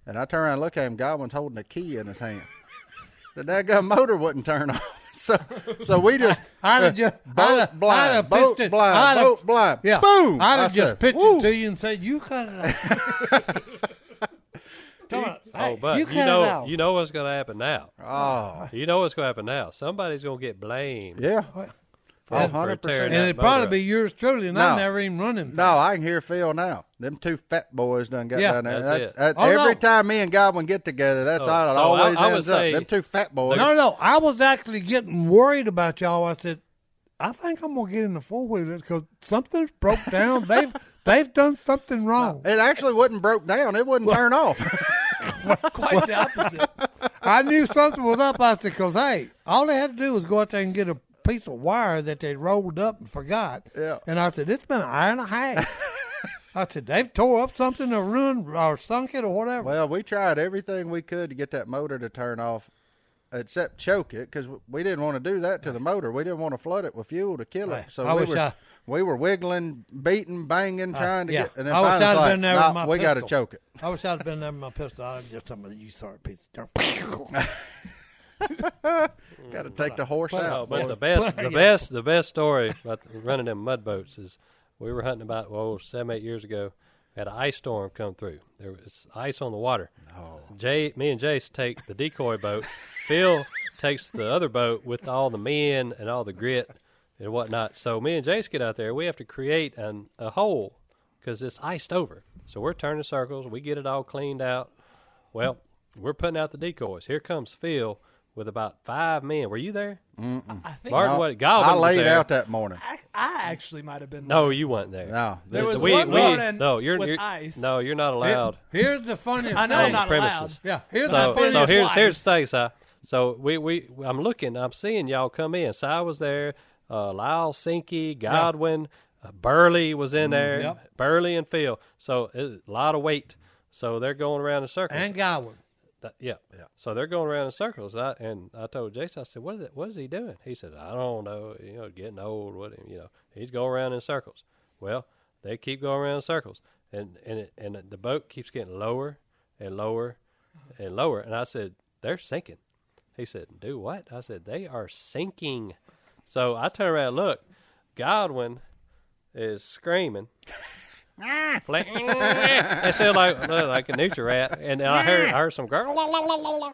[SPEAKER 2] And I turn around and look at him. Godwin's holding a key in his hand. the daggum motor wouldn't turn off. So, so we just
[SPEAKER 3] I'd have
[SPEAKER 2] uh,
[SPEAKER 3] just
[SPEAKER 2] boat
[SPEAKER 3] I'd have, I'd
[SPEAKER 2] blind,
[SPEAKER 3] have
[SPEAKER 2] boat
[SPEAKER 3] pitched it- I'd
[SPEAKER 2] blind,
[SPEAKER 3] have-
[SPEAKER 2] boat blind.
[SPEAKER 3] Yeah.
[SPEAKER 2] boom!
[SPEAKER 3] I'd
[SPEAKER 2] I
[SPEAKER 3] have
[SPEAKER 2] said,
[SPEAKER 3] just pitched
[SPEAKER 2] "Woo."
[SPEAKER 3] it to you and said, "You cut it out." Come on.
[SPEAKER 1] Oh,
[SPEAKER 3] Hey,
[SPEAKER 1] but you,
[SPEAKER 3] cut it
[SPEAKER 1] know,
[SPEAKER 3] out.
[SPEAKER 1] you know what's going to happen now.
[SPEAKER 2] Oh,
[SPEAKER 1] You know what's going to happen now. Somebody's going to get blamed.
[SPEAKER 2] yeah,
[SPEAKER 1] for-
[SPEAKER 2] a
[SPEAKER 1] for tearing
[SPEAKER 2] hundred percent.
[SPEAKER 3] and
[SPEAKER 1] that
[SPEAKER 3] it'd
[SPEAKER 1] motor
[SPEAKER 3] probably
[SPEAKER 1] up.
[SPEAKER 3] be yours truly, and
[SPEAKER 2] No.
[SPEAKER 3] I never even run him.
[SPEAKER 2] No, I can hear Phil now. Them two fat boys done got
[SPEAKER 3] Yeah,
[SPEAKER 2] down there.
[SPEAKER 1] that's
[SPEAKER 2] That's-
[SPEAKER 1] it.
[SPEAKER 2] that-
[SPEAKER 3] Oh, no.
[SPEAKER 2] every time me and Godwin get together, that's
[SPEAKER 1] So-
[SPEAKER 2] how it
[SPEAKER 1] so I-
[SPEAKER 2] always
[SPEAKER 1] I would
[SPEAKER 2] ends up.
[SPEAKER 1] say-
[SPEAKER 2] Them two fat boys.
[SPEAKER 3] No, no, I was actually getting worried about y'all. I said, I think I'm gonna get in the four wheeler because something's broke down. they've they've done something wrong.
[SPEAKER 2] It actually wasn't broke down. It wouldn't turn off.
[SPEAKER 4] Quite the opposite.
[SPEAKER 3] I knew something was up. I said, because hey, all they had to do was go out there and get a piece of wire that they rolled up and forgot.
[SPEAKER 2] Yeah.
[SPEAKER 3] And I said, it's been an hour and a half. I said, they've tore up something or ruined or sunk it or whatever.
[SPEAKER 2] Well, we tried everything we could to get that motor to turn off, except choke it, because we didn't want to do that to the motor. We didn't want to flood it with fuel to kill
[SPEAKER 3] Right.
[SPEAKER 2] it. So
[SPEAKER 3] I
[SPEAKER 2] we
[SPEAKER 3] wish
[SPEAKER 2] were
[SPEAKER 3] I- Uh,
[SPEAKER 2] we were wiggling, beating, banging, trying to
[SPEAKER 3] yeah.
[SPEAKER 2] get. And then
[SPEAKER 3] I wish
[SPEAKER 2] finally,
[SPEAKER 3] I'd
[SPEAKER 2] it's like,
[SPEAKER 3] been there with
[SPEAKER 2] "Nah,
[SPEAKER 3] my
[SPEAKER 2] we got to
[SPEAKER 3] pistol."
[SPEAKER 2] choke it.
[SPEAKER 3] I wish I'd been there with my pistol. I'm just talking about you, sorry piece of dirt.
[SPEAKER 2] Got
[SPEAKER 3] Mm.
[SPEAKER 2] to take the horse
[SPEAKER 1] Oh,
[SPEAKER 2] out.
[SPEAKER 1] but
[SPEAKER 2] boy.
[SPEAKER 1] the best, the best, the best story about running them mud boats is we were hunting about well seven, eight years ago. Had an ice storm come through. There was ice on the water. Jay, me and Jace take the decoy boat. Phil takes the other boat with all the men and all the grit and whatnot. So me and Jace get out there. We have to create an, a hole because it's iced over. So we're turning circles. We get it all cleaned out. Well, we're putting out the decoys. Here comes Phil with about five men. Were you there?
[SPEAKER 4] I think
[SPEAKER 1] Martin,
[SPEAKER 2] No,
[SPEAKER 1] what? Goblin
[SPEAKER 2] I
[SPEAKER 1] was
[SPEAKER 2] laid
[SPEAKER 1] there.
[SPEAKER 2] out that morning.
[SPEAKER 4] I, I actually might have been.
[SPEAKER 1] No, you weren't there.
[SPEAKER 2] No,
[SPEAKER 4] There
[SPEAKER 2] this-
[SPEAKER 4] was
[SPEAKER 1] we,
[SPEAKER 4] one
[SPEAKER 1] we,
[SPEAKER 4] morning
[SPEAKER 1] no, you're,
[SPEAKER 4] with
[SPEAKER 1] you're
[SPEAKER 4] ice.
[SPEAKER 1] no, you're not allowed.
[SPEAKER 3] Here's the funny
[SPEAKER 4] I
[SPEAKER 1] on
[SPEAKER 4] know I'm
[SPEAKER 3] thing.
[SPEAKER 4] not allowed.
[SPEAKER 1] premises.
[SPEAKER 3] Yeah, here's
[SPEAKER 1] so,
[SPEAKER 3] the funny
[SPEAKER 1] so here's here's the
[SPEAKER 4] twice.
[SPEAKER 1] thing, Si. So we, we I'm looking, I'm seeing y'all come in. Si was there, uh, Lyle Sinky, Godwin, uh, Burley was in there,
[SPEAKER 3] Yep.
[SPEAKER 1] Burley and Phil. So it- a lot of weight. So they're going around in circles.
[SPEAKER 3] And Godwin.
[SPEAKER 1] That- yeah. yeah. So they're going around in circles. I, and I told Jason, I said, what is, it, what is he doing? He said, I don't know. You know, getting old. What you know, he's going around in circles. Well, they keep going around in circles, and and it, and the boat keeps getting lower and lower and lower. And I said, they're sinking. He said, do what? I said, they are sinking. So I turn around, and look, Godwin is screaming. Fla- it sounded like like a neutral rat, and I heard I heard some girl, la, la, la, la, la.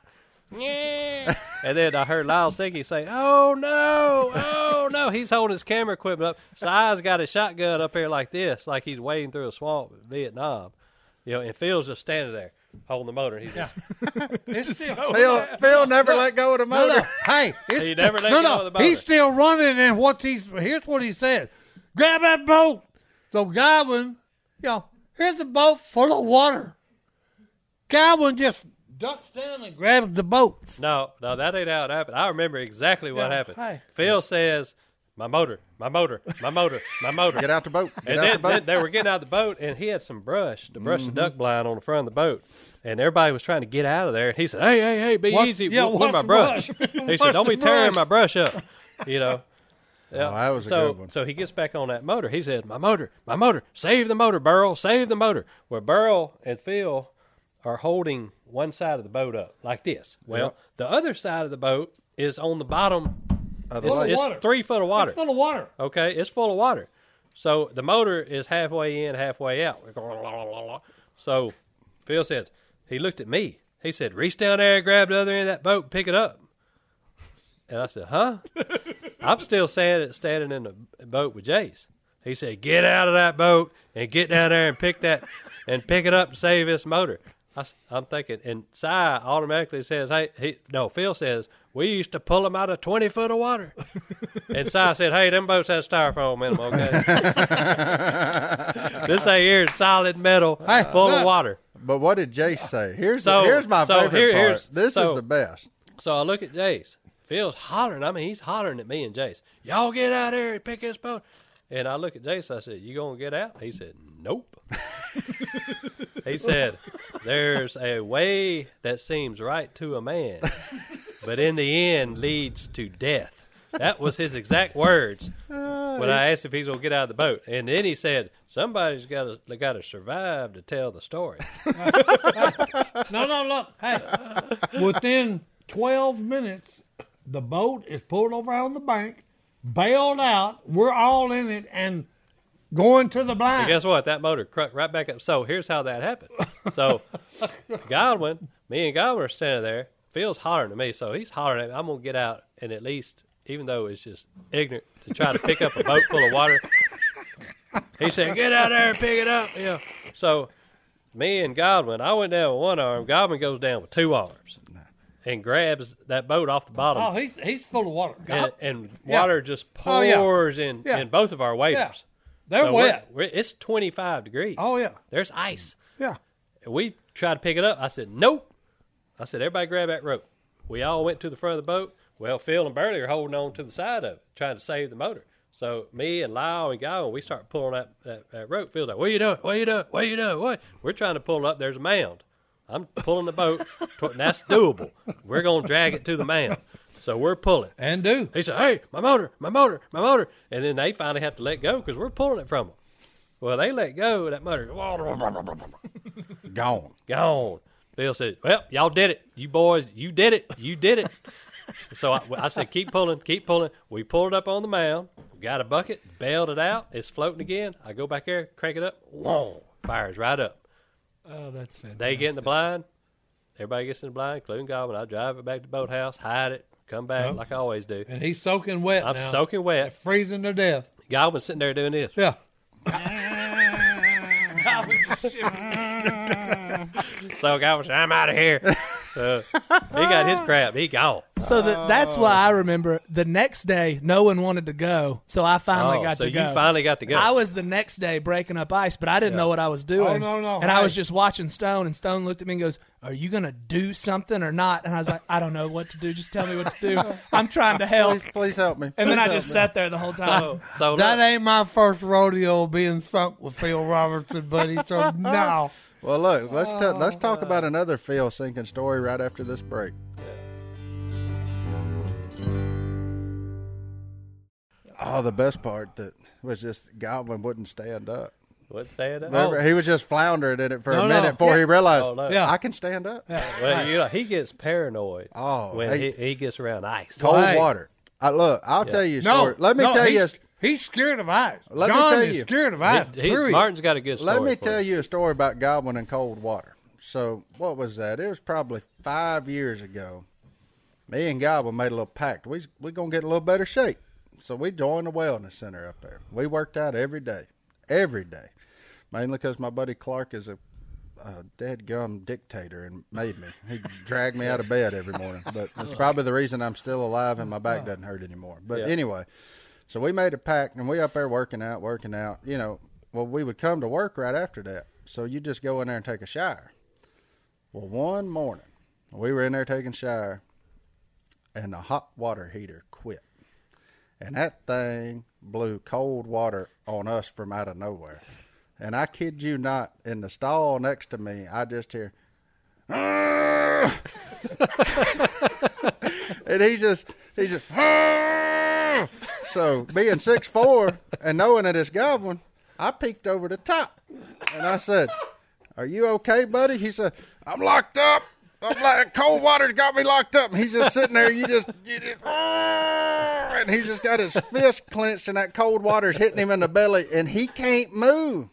[SPEAKER 1] Yeah. and then I heard Lyle Siggy say, "Oh no, oh no!" He's holding his camera equipment up. Si's got his shotgun up here like this, like he's wading through a swamp in Vietnam, you know. And Phil's just standing there holding the motor. He's just,
[SPEAKER 3] It's still,
[SPEAKER 2] Phil, Phil never let go of the motor.
[SPEAKER 3] no, no. Hey, it's
[SPEAKER 1] He never let go
[SPEAKER 3] no, no.
[SPEAKER 1] of the motor.
[SPEAKER 3] He's still running, and what he's here's what he said: grab that boat. So Godwin, you know, here's a boat full of water. Godwin just ducks down and grabs the boat.
[SPEAKER 1] no, no, that ain't how it happened. I remember exactly what
[SPEAKER 3] Yeah,
[SPEAKER 1] happened.
[SPEAKER 3] hey.
[SPEAKER 1] Phil says, "My motor, my motor, my motor, my motor."
[SPEAKER 2] Get out the boat. Get
[SPEAKER 1] and
[SPEAKER 2] out
[SPEAKER 1] then,
[SPEAKER 2] the boat.
[SPEAKER 1] then they were getting out of the boat, and he had some brush to brush the duck blind on the front of the boat. And everybody was trying to get out of there, and he said, "Hey, hey, hey, be
[SPEAKER 3] What-
[SPEAKER 1] easy
[SPEAKER 3] yeah,
[SPEAKER 1] with with
[SPEAKER 3] what's
[SPEAKER 1] my
[SPEAKER 3] the
[SPEAKER 1] brush."
[SPEAKER 3] brush?
[SPEAKER 1] he said,
[SPEAKER 3] What's
[SPEAKER 1] "Don't
[SPEAKER 3] the
[SPEAKER 1] be tearing
[SPEAKER 3] brush?"
[SPEAKER 1] my brush up," you know. Yeah.
[SPEAKER 2] that was a
[SPEAKER 1] so,
[SPEAKER 2] good one.
[SPEAKER 1] So he gets back on that motor. He said, "My motor, my motor, save the motor, Burl, save the motor." Well, Burl and Phil are holding one side of the boat up like this. Well,
[SPEAKER 2] Yep.
[SPEAKER 1] the other side of the boat is on the bottom. It's,
[SPEAKER 2] Otherwise-
[SPEAKER 1] it's
[SPEAKER 3] water.
[SPEAKER 1] three foot of water.
[SPEAKER 3] It's full of water.
[SPEAKER 1] Okay, it's full of water. So the motor is halfway in, halfway out. We're going, la, la, la, la. So Phil said, he looked at me. He said, reach down there, grab the other end of that boat, and pick it up. And I said, huh? I'm still standing, standing in the boat with Jace. He said, get out of that boat and get down there and pick that and pick it up and save this motor. I, am thinking, and Si automatically says, hey, he, no, Phil says, we used to pull them out of 20 foot of water. And Si said, "Hey, them boats had styrofoam in them. Okay, this ain't here is solid metal,
[SPEAKER 3] Hey,
[SPEAKER 1] full of
[SPEAKER 3] look.
[SPEAKER 1] water."
[SPEAKER 2] But what did Jay say? Here's
[SPEAKER 1] So-
[SPEAKER 2] the, here's my
[SPEAKER 1] so
[SPEAKER 2] favorite
[SPEAKER 1] here-
[SPEAKER 2] part.
[SPEAKER 1] here's-
[SPEAKER 2] This
[SPEAKER 1] so-
[SPEAKER 2] is the best.
[SPEAKER 1] So I look at Jace. Phil's hollering. I mean, he's hollering at me and Jace. Y'all get out here and pick this boat. And I look at Jace. I said, "You gonna get out?" He said, "Nope." he said, "There's a way that seems right to a man, but in the end leads to death." That was his exact words when I asked if he's gonna get out of the boat. And then he said, "Somebody's got to got to survive to tell the story."
[SPEAKER 3] No, no, look. Hey, within 12 minutes, the boat is pulled over on the bank, bailed out. We're all in it and going to the blind.
[SPEAKER 1] And guess what? That motor cracked right back up. So here's how that happened. So Godwin, me and Godwin are standing there. Phil's hollering to me, so he's hollering at me. I'm gonna get out and at least, even though it's just ignorant to try to pick up a boat full of water. He said, "Get out there and pick it up." Yeah. So me and Godwin, I went down with one arm. Godwin goes down with two arms and grabs that boat off the bottom.
[SPEAKER 3] Oh, he's, he's full of water.
[SPEAKER 1] and, and
[SPEAKER 3] Yeah.
[SPEAKER 1] water just
[SPEAKER 3] Oh, yeah.
[SPEAKER 1] pours in
[SPEAKER 3] Yeah.
[SPEAKER 1] in both of our waders.
[SPEAKER 3] They're
[SPEAKER 1] So we're-
[SPEAKER 3] wet.
[SPEAKER 1] we're- it's 25 degrees.
[SPEAKER 3] Oh, yeah.
[SPEAKER 1] There's ice.
[SPEAKER 3] Yeah.
[SPEAKER 1] And we tried to pick it up. I said, nope. I said, everybody grab that rope. We all went to the front of the boat. Well, Phil and Burley are holding on to the side of it, trying to save the motor. So me and Lyle and Guy, we start pulling that, that, that rope. Phil's like, what you doing? What you doing? What you doing? What? We're trying to pull up. There's a mound. I'm pulling the boat. tw- and that's doable. We're going to drag it to the mound. So we're pulling.
[SPEAKER 3] And do.
[SPEAKER 1] He said, "Hey, my motor, my motor, my motor," and then they finally have to let go because we're pulling it from them. Well, they let go, and that motor
[SPEAKER 2] Gone.
[SPEAKER 1] gone. Bill said, "Well, y'all did it, you boys, you did it, you did it." so I, I said, "Keep pulling, keep pulling." We pulled up on the mound, got a bucket, bailed it out. It's floating again. I go back there, crank it up, whoa, fires right up.
[SPEAKER 4] Oh, that's fantastic.
[SPEAKER 1] They get in the blind. Everybody gets in the blind, including Goblin. I drive it back to the boathouse, hide it, come back like I always do.
[SPEAKER 3] And he's soaking wet
[SPEAKER 1] I'm
[SPEAKER 3] now.
[SPEAKER 1] soaking wet.
[SPEAKER 3] Freezing to death.
[SPEAKER 1] Goblin sitting there doing this.
[SPEAKER 3] Yeah.
[SPEAKER 1] So guy was, I'm out of here. Uh, he got his crap. He gone.
[SPEAKER 4] So that that's why
[SPEAKER 1] Oh.
[SPEAKER 4] I remember the next day no one wanted to go, so I finally
[SPEAKER 1] Oh,
[SPEAKER 4] got
[SPEAKER 1] so
[SPEAKER 4] to
[SPEAKER 1] you
[SPEAKER 4] go.
[SPEAKER 1] finally got to go.
[SPEAKER 4] I was the next day breaking up ice, but I didn't know what I was doing.
[SPEAKER 3] Oh, no, no,
[SPEAKER 4] And I
[SPEAKER 3] hey.
[SPEAKER 4] was just watching Stone, and Stone looked at me and goes, "Are you gonna do something or not?" And I was like, "I don't know what to do. Just tell me what to do. I'm trying to help."
[SPEAKER 2] Please, please help me.
[SPEAKER 4] And
[SPEAKER 2] Please
[SPEAKER 4] then I
[SPEAKER 3] Oh,
[SPEAKER 2] help
[SPEAKER 4] just
[SPEAKER 2] me.
[SPEAKER 4] sat there the whole time.
[SPEAKER 1] So, so
[SPEAKER 3] That
[SPEAKER 1] look,
[SPEAKER 3] ain't my first rodeo being sunk with Phil Robertson, buddy. So no.
[SPEAKER 2] Well, look, let's ta- let's talk about another Phil sinking story right after this break. Oh, the best part that was just Goblin wouldn't stand up.
[SPEAKER 1] what's saying that?
[SPEAKER 2] Remember, he was just floundering in it for
[SPEAKER 3] No,
[SPEAKER 2] a
[SPEAKER 3] no.
[SPEAKER 2] minute before he realized,
[SPEAKER 1] Oh, no.
[SPEAKER 3] Yeah.
[SPEAKER 2] I can stand up.
[SPEAKER 1] Well, you know, he gets paranoid
[SPEAKER 2] Oh,
[SPEAKER 1] when
[SPEAKER 2] hey.
[SPEAKER 1] he, he gets around ice.
[SPEAKER 2] Cold
[SPEAKER 3] Right.
[SPEAKER 2] water. I, look, I'll tell you a
[SPEAKER 3] No.
[SPEAKER 2] story. let me
[SPEAKER 3] no,
[SPEAKER 2] tell you. a
[SPEAKER 3] he's,
[SPEAKER 2] s-
[SPEAKER 3] He's scared of ice.
[SPEAKER 2] Let me
[SPEAKER 3] John
[SPEAKER 2] tell
[SPEAKER 3] is
[SPEAKER 2] you.
[SPEAKER 3] scared of ice.
[SPEAKER 1] He- he-
[SPEAKER 3] period.
[SPEAKER 1] Martin's got a good story.
[SPEAKER 2] Let me
[SPEAKER 1] for
[SPEAKER 2] tell you a story about Goblin and cold water. So, what was that? It was probably five years ago. Me and Goblin made a little pact. We we gonna get in a little better shape. So we joined the wellness center up there. We worked out every day, every day, mainly because my buddy Clark is a, a dead gum dictator and made me. He dragged me out of bed every morning. But it's probably the reason I'm still alive and my back doesn't hurt anymore. But
[SPEAKER 1] Yeah.
[SPEAKER 2] anyway, so we made a pact and we up there working out, working out. You know, well we would come to work right after that. So you just go in there and take a shower. Well, one morning we were in there taking shower, and the hot water heater quit, and that thing blew cold water on us from out of nowhere. And I kid you not, in the stall next to me, I just hear, "Ah!" and he just he just. "Ah!" So being six four and knowing that it's Goblin, I peeked over the top, and I said, "Are you okay, buddy?" He said, "I'm locked up. I'm like cold water's got me locked up." And he's just sitting there. You just, you just and he's just got his fist clenched, and that cold water's hitting him in the belly, and he can't move.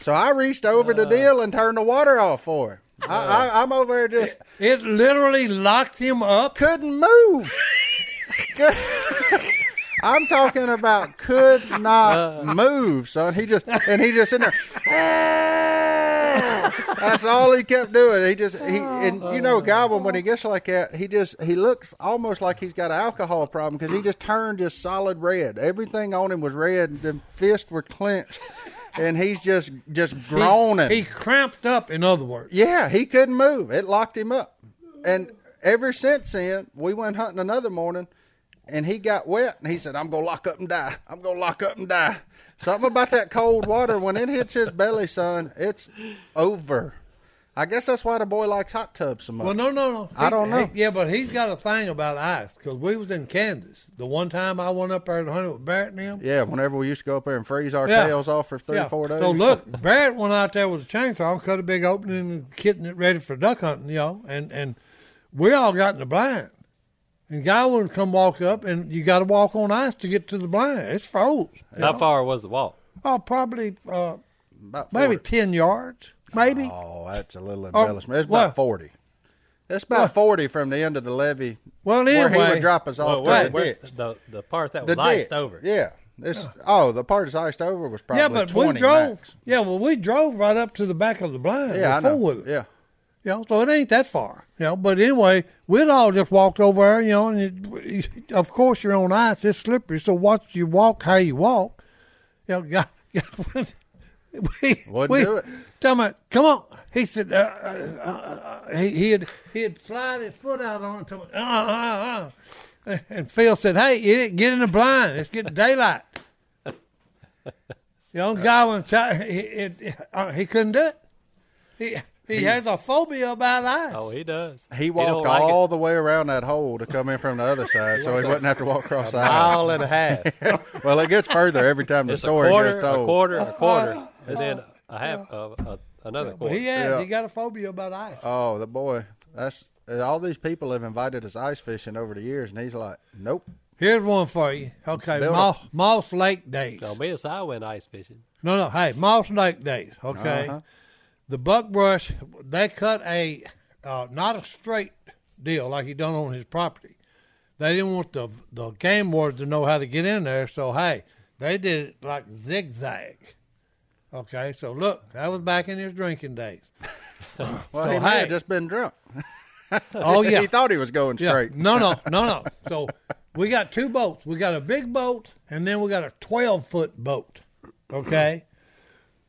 [SPEAKER 2] So I reached over to Dill and turned the water off for him. I, I, I'm over there just
[SPEAKER 3] It literally locked him up.
[SPEAKER 2] couldn't move. I'm talking about could not
[SPEAKER 3] Uh.
[SPEAKER 2] move, son. He just and he just in there. That's all he kept doing. He just he and you
[SPEAKER 3] Uh.
[SPEAKER 2] know Goblin when he gets like that, he just he looks almost like he's got an alcohol problem because he just turned just solid red. Everything on him was red. The fists were clenched, and he's just just groaning.
[SPEAKER 3] He cramped up, in other words.
[SPEAKER 2] Yeah, he couldn't move. It locked him up. And ever since then, we went hunting another morning and he got wet and he said, I'm going to lock up and die. I'm going to lock up and die. Something about that cold water, when it hits his belly, son, it's over. I guess that's why the boy likes hot tubs so much.
[SPEAKER 3] Well, no, no, no.
[SPEAKER 2] I
[SPEAKER 3] He-
[SPEAKER 2] don't know.
[SPEAKER 3] he- yeah, but he's got a thing about ice because we was in Kansas. The one time I went up there to hunt with Barrett and him.
[SPEAKER 2] Yeah, whenever we used to go up there and freeze our
[SPEAKER 3] Yeah.
[SPEAKER 2] tails off for three
[SPEAKER 3] Yeah.
[SPEAKER 2] or four days.
[SPEAKER 3] So look, Barrett went out there with a chainsaw, and cut a big opening, and getting it ready for duck hunting, you know. And and we all got in the blind. And guy wouldn't come walk up, and you got to walk on ice to get to the blind. It's froze.
[SPEAKER 1] it. How far was the walk?
[SPEAKER 3] Oh, probably uh,
[SPEAKER 2] about
[SPEAKER 3] maybe
[SPEAKER 2] 40.
[SPEAKER 3] ten yards, maybe.
[SPEAKER 2] Oh, that's a little
[SPEAKER 3] Oh,
[SPEAKER 2] embellishment. It's about
[SPEAKER 3] what?
[SPEAKER 2] 40. It's about 40 from the end of the levee
[SPEAKER 3] Well,
[SPEAKER 2] where he
[SPEAKER 3] anyway.
[SPEAKER 2] would drop us off
[SPEAKER 1] Well,
[SPEAKER 2] to
[SPEAKER 1] where-
[SPEAKER 2] the
[SPEAKER 1] where-
[SPEAKER 2] ditch.
[SPEAKER 1] the, the part that
[SPEAKER 2] the
[SPEAKER 1] was iced
[SPEAKER 2] ditch.
[SPEAKER 1] over.
[SPEAKER 2] Yeah. This oh, the part that's iced over was probably
[SPEAKER 3] yeah, but we
[SPEAKER 2] 20
[SPEAKER 3] drove.
[SPEAKER 2] max.
[SPEAKER 3] Yeah, well, we drove right up to the back of the blind.
[SPEAKER 2] Yeah, I
[SPEAKER 3] with four
[SPEAKER 2] know.
[SPEAKER 3] wheelers.
[SPEAKER 2] Yeah.
[SPEAKER 3] You know, so it ain't that far. You know, but anyway, we'd all just walked over there, you know, and it, of course you're on ice, it's slippery, so watch you walk how you walk. You know, God, God, we,
[SPEAKER 2] Wouldn't
[SPEAKER 3] we,
[SPEAKER 2] do it.
[SPEAKER 3] Tell me, come on. He said, uh, uh, uh, uh, he, he'd, he'd slide his foot out on it. tell me, Uh, uh, uh, uh. And Phil said, "Hey, idiot, get in the blind. Let's get daylight." the old guy went. Try, he, it, uh, he couldn't do it. He he has a phobia about eyes.
[SPEAKER 1] Oh, he does.
[SPEAKER 2] He walked
[SPEAKER 1] don't like it.
[SPEAKER 2] all the way around that hole to come in from the other side, so he wouldn't have to walk across the aisle.
[SPEAKER 1] mile and a half.
[SPEAKER 2] Well, it gets further every time the
[SPEAKER 1] It's a
[SPEAKER 2] story
[SPEAKER 1] quarter,
[SPEAKER 2] gets
[SPEAKER 1] a
[SPEAKER 2] told.
[SPEAKER 1] quarter, a quarter, and then a half, uh, uh, another
[SPEAKER 3] But
[SPEAKER 1] quarter.
[SPEAKER 3] he has.
[SPEAKER 2] Yeah.
[SPEAKER 3] He got a phobia about eyes.
[SPEAKER 2] Oh, the boy! That's uh, all these people have invited us ice fishing over the years, and he's like, "Nope."
[SPEAKER 3] Here's one for you. Okay,
[SPEAKER 2] Build
[SPEAKER 3] Moss, Moss Lake days.
[SPEAKER 1] No, me and Si went ice fishing.
[SPEAKER 3] No, no. Hey, Moss Lake days. Okay,
[SPEAKER 2] Uh-huh.
[SPEAKER 3] the buckbrush they cut a uh, not a straight deal like he done on his property. They didn't want the the game wards to know how to get in there, so hey, they did it like zigzag. Okay, so look, that was back in his drinking days.
[SPEAKER 2] Well,
[SPEAKER 3] So,
[SPEAKER 2] he may
[SPEAKER 3] hey.
[SPEAKER 2] have just been drunk.
[SPEAKER 3] Oh yeah,
[SPEAKER 2] he thought he was going
[SPEAKER 3] Yeah.
[SPEAKER 2] straight.
[SPEAKER 3] No, no, no, no. So we got two boats. We got a big boat, and then we got a twelve foot boat. Okay.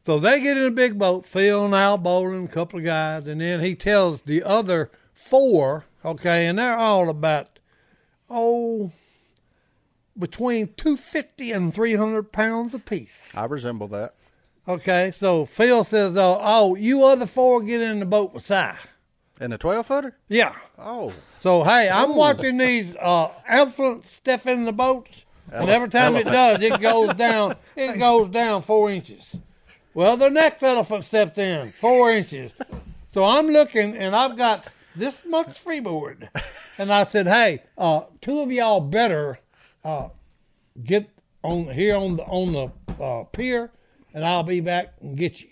[SPEAKER 3] So they get in a big boat, Phil and Al Bowling, a couple of guys, and then he tells the other four, okay, and they're all about oh between two fifty and three hundred pounds apiece.
[SPEAKER 2] I resemble that.
[SPEAKER 3] Okay, so Phil says, "Oh, oh, you other four get in the boat with Si."
[SPEAKER 2] And a twelve footer?
[SPEAKER 3] Yeah,
[SPEAKER 2] Oh,
[SPEAKER 3] so hey, I'm watching these uh, elephants step in the boats, and every time it does, it goes down. It goes down four inches. Well, the next elephant stepped in four inches. So I'm looking, and I've got this much freeboard, and I said, "Hey, uh, two of y'all better uh, get on here on the on the uh, pier, and I'll be back and get you."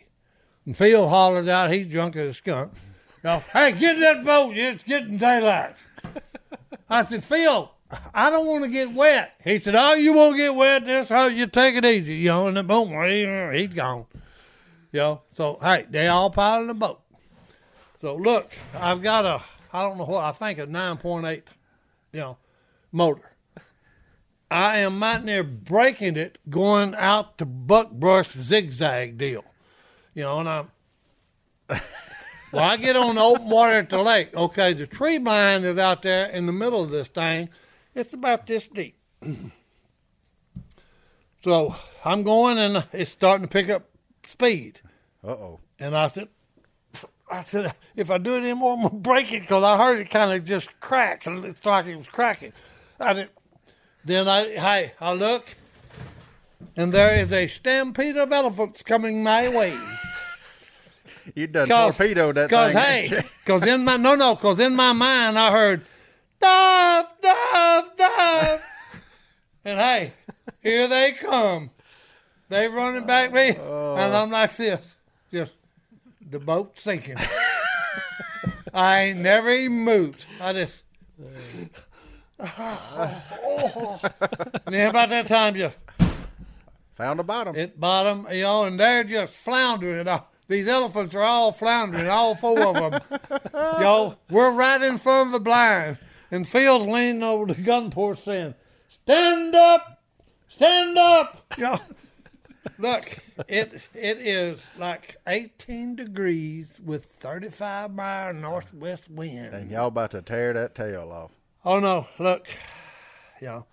[SPEAKER 3] And Phil hollers out, he's drunk as a skunk. Now, hey, get in that boat. It's getting daylight. I said, Phil, I don't want to get wet. He said, Oh, you won't get wet. That's how you take it easy. You know, and the boat, he's gone. You know, so, hey, they all piled in the boat. So, look, I've got a, I don't know what, I think a 9.8, you know, motor. I am might near breaking it going out the buck brush zigzag deal. You know, and I'm. well, I get on the open water at the lake. Okay, the tree blind is out there in the middle of this thing. It's about this deep. so I'm going, and it's starting to pick up speed.
[SPEAKER 2] uh oh.
[SPEAKER 3] And I said, I said, if I do it anymore, I'm gonna break it because I heard it kind of just crack. and It's like it was cracking. I did, then I, hey, I look, and there is a stampede of elephants coming my way.
[SPEAKER 2] You done
[SPEAKER 3] Cause-
[SPEAKER 2] torpedoed that
[SPEAKER 3] Cause
[SPEAKER 2] thing.
[SPEAKER 3] hey, cause in my no no, cause in my mind I heard dive, dive, dive, and hey, here they come. They running back me,
[SPEAKER 2] Oh.
[SPEAKER 3] and I'm like this, just the boat sinking. I ain't never even moved. I just. oh. and then about that time, just
[SPEAKER 2] Found the bottom.
[SPEAKER 3] at bottom, you know, and they're just floundering. Uh, These elephants are all floundering, all four of them. you know, we're right in front of the blind, and Phil's leaning over the gun porch saying, "Stand up, stand up." You know, look, it it is like 18 degrees with 35 mile northwest wind.
[SPEAKER 2] and y'all about to tear that tail off.
[SPEAKER 3] Oh no, look, you know,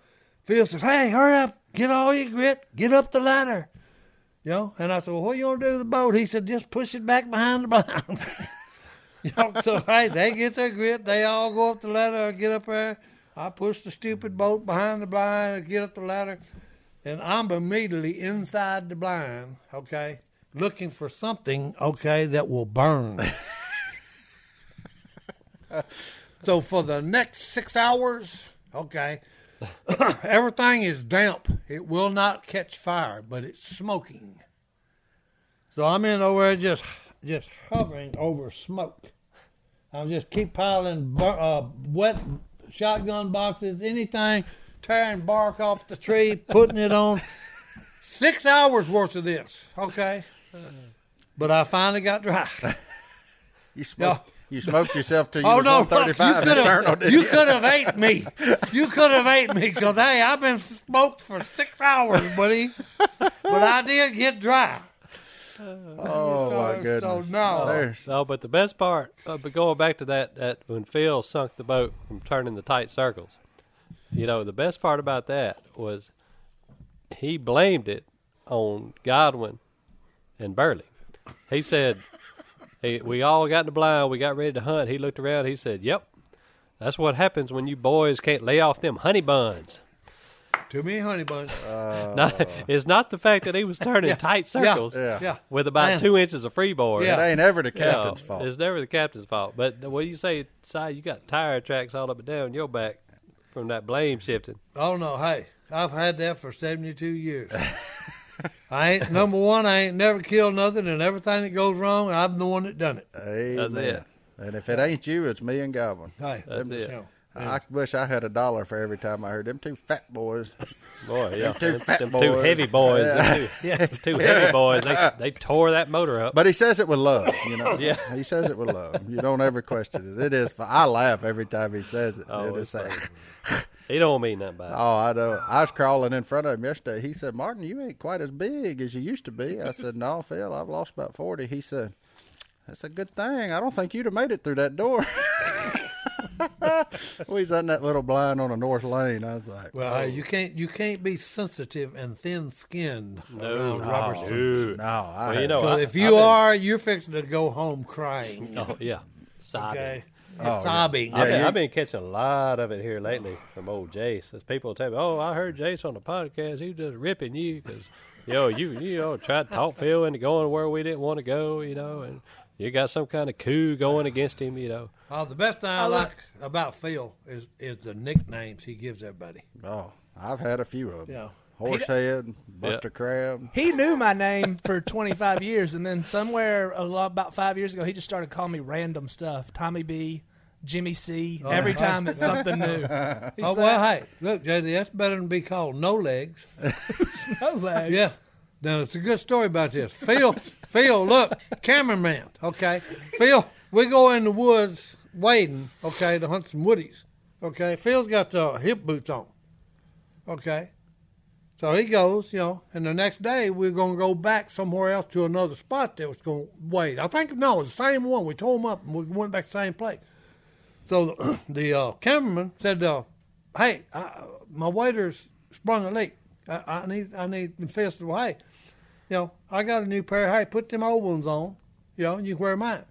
[SPEAKER 3] Phil says, "Hey, hurry up, get all your grit, get up the ladder." You know, and I said, "Well, what you gonna do with the boat?" He said, "Just push it back behind the blind." you know, so hey, they get their grit, they all go up the ladder, get up there. I push the stupid boat behind the blind, get up the ladder, and I'm immediately inside the blind. Okay, looking for something. Okay, that will burn. So for the next six hours, okay, everything is damp. It will not catch fire, but it's smoking. So I'm in over there just just hovering over smoke. I just keep piling bu- uh, wet shotgun boxes, anything, tearing bark off the tree, putting it on. Six hours worth of this, okay. But I finally got dry.
[SPEAKER 2] You smoked, you smoked yourself till you
[SPEAKER 3] Oh
[SPEAKER 2] was
[SPEAKER 3] no, fuck, you
[SPEAKER 2] 135
[SPEAKER 3] could
[SPEAKER 2] internal,
[SPEAKER 3] have
[SPEAKER 2] didn't
[SPEAKER 3] you
[SPEAKER 2] you?
[SPEAKER 3] could have ate me. You could have ate me because hey, I've been smoked for six hours, buddy. But I did get dry.
[SPEAKER 2] Oh, my goodness.
[SPEAKER 3] So no,
[SPEAKER 2] There's,
[SPEAKER 1] No, but the best part, uh, but going back to that, that when Phil sunk the boat from turning the tight circles, you know, the best part about that was he blamed it on Godwin and Burley. He said, hey, We all got in the blind. We got ready to hunt. He looked around. He said, Yep, that's what happens when you boys can't lay off them honey buns.
[SPEAKER 3] To me, honey bun.
[SPEAKER 1] Uh, Not- it's not the fact that he was turning tight circles
[SPEAKER 2] Yeah.
[SPEAKER 3] yeah.
[SPEAKER 1] with about
[SPEAKER 3] Man.
[SPEAKER 1] two inches of freeboard.
[SPEAKER 3] Yeah.
[SPEAKER 2] It ain't ever the
[SPEAKER 1] No,
[SPEAKER 2] captain's fault.
[SPEAKER 1] It's never the captain's fault. But when you say, Si, you got tire tracks all up and down your back from that blame shifting.
[SPEAKER 3] Oh no, hey, I've had that for seventy-two years. I ain't number one. I ain't never killed nothing, and everything that goes wrong, I'm the one that done it.
[SPEAKER 2] Amen.
[SPEAKER 1] it.
[SPEAKER 2] And if it ain't you, it's me and Goblin.
[SPEAKER 3] Hey,
[SPEAKER 1] That's it.
[SPEAKER 3] so,
[SPEAKER 2] I wish I had a dollar for every time I heard them two fat boys.
[SPEAKER 1] Boy, yeah.
[SPEAKER 2] two
[SPEAKER 1] them,
[SPEAKER 2] fat
[SPEAKER 1] them two
[SPEAKER 2] boys.
[SPEAKER 1] heavy boys. them two, them two heavy boys. They, they tore that motor up.
[SPEAKER 2] But he says it with love, you know. yeah. He says it with love. You don't ever question it. It is. I laugh every time he says it.
[SPEAKER 1] Oh,
[SPEAKER 2] It
[SPEAKER 1] it's
[SPEAKER 2] is like,
[SPEAKER 1] He don't mean nothing by it.
[SPEAKER 2] oh, I know. I was crawling in front of him yesterday. He said, "Martin, you ain't quite as big as you used to be." I said, "No, Phil, I've lost about 40. He said, "That's a good thing. I don't think you'd have made it through that door." we was in that little blind on the north lane. I was like,
[SPEAKER 3] well, hey, you can't you can't be sensitive and thin-skinned
[SPEAKER 1] No,
[SPEAKER 3] around
[SPEAKER 2] Oh,
[SPEAKER 3] Robertson.
[SPEAKER 1] dude.
[SPEAKER 2] "No, I
[SPEAKER 1] Well, you know,
[SPEAKER 3] 'Cause
[SPEAKER 1] Oh, I-
[SPEAKER 3] if
[SPEAKER 1] I've
[SPEAKER 3] you
[SPEAKER 1] been-
[SPEAKER 3] are, you're fixing to go home crying.
[SPEAKER 1] oh yeah, sobbing.
[SPEAKER 3] Okay, You're sobbing.
[SPEAKER 1] I've, been,
[SPEAKER 2] you-
[SPEAKER 1] I've been catching a lot of it here lately from old Jace. As people tell me, "Oh, I heard Jace on the podcast. He was just ripping you because, yo, you you know tried to talk Phil into going where we didn't want to go, you know, and you got some kind of coup going against him, you know."
[SPEAKER 3] Uh, the best thing I, like about Phil is is the nicknames he gives everybody.
[SPEAKER 2] Oh, I've had a few of them.
[SPEAKER 3] Yeah.
[SPEAKER 2] Horsehead, Buster Crab.
[SPEAKER 4] He knew my name for 25 years, and then somewhere a lot, about five years ago, he just started calling me random stuff Tommy B, Jimmy C, every time it's something new. He's
[SPEAKER 3] Oh well, hey, look, JD, that's better than be called no legs.
[SPEAKER 4] like, no legs.
[SPEAKER 3] Yeah. Now it's a good story about this. Phil, Phil, look, cameraman. Okay, Phil, we go in the woods wading. Okay, to hunt some woodies. Okay, Phil's got the hip boots on. Okay, so he goes, you know, and the next day we're gonna go back somewhere else to another spot that was gonna wade. I think no, it was the same one. We tore him up and we went back to the same place. So the, the uh, cameraman said, uh, "Hey, I, my waiter's sprung a leak. I, I need, I need." And Phil said, "Well, hey, you know, I got a new pair. Hey, put them old ones on. You know, and you can wear mine.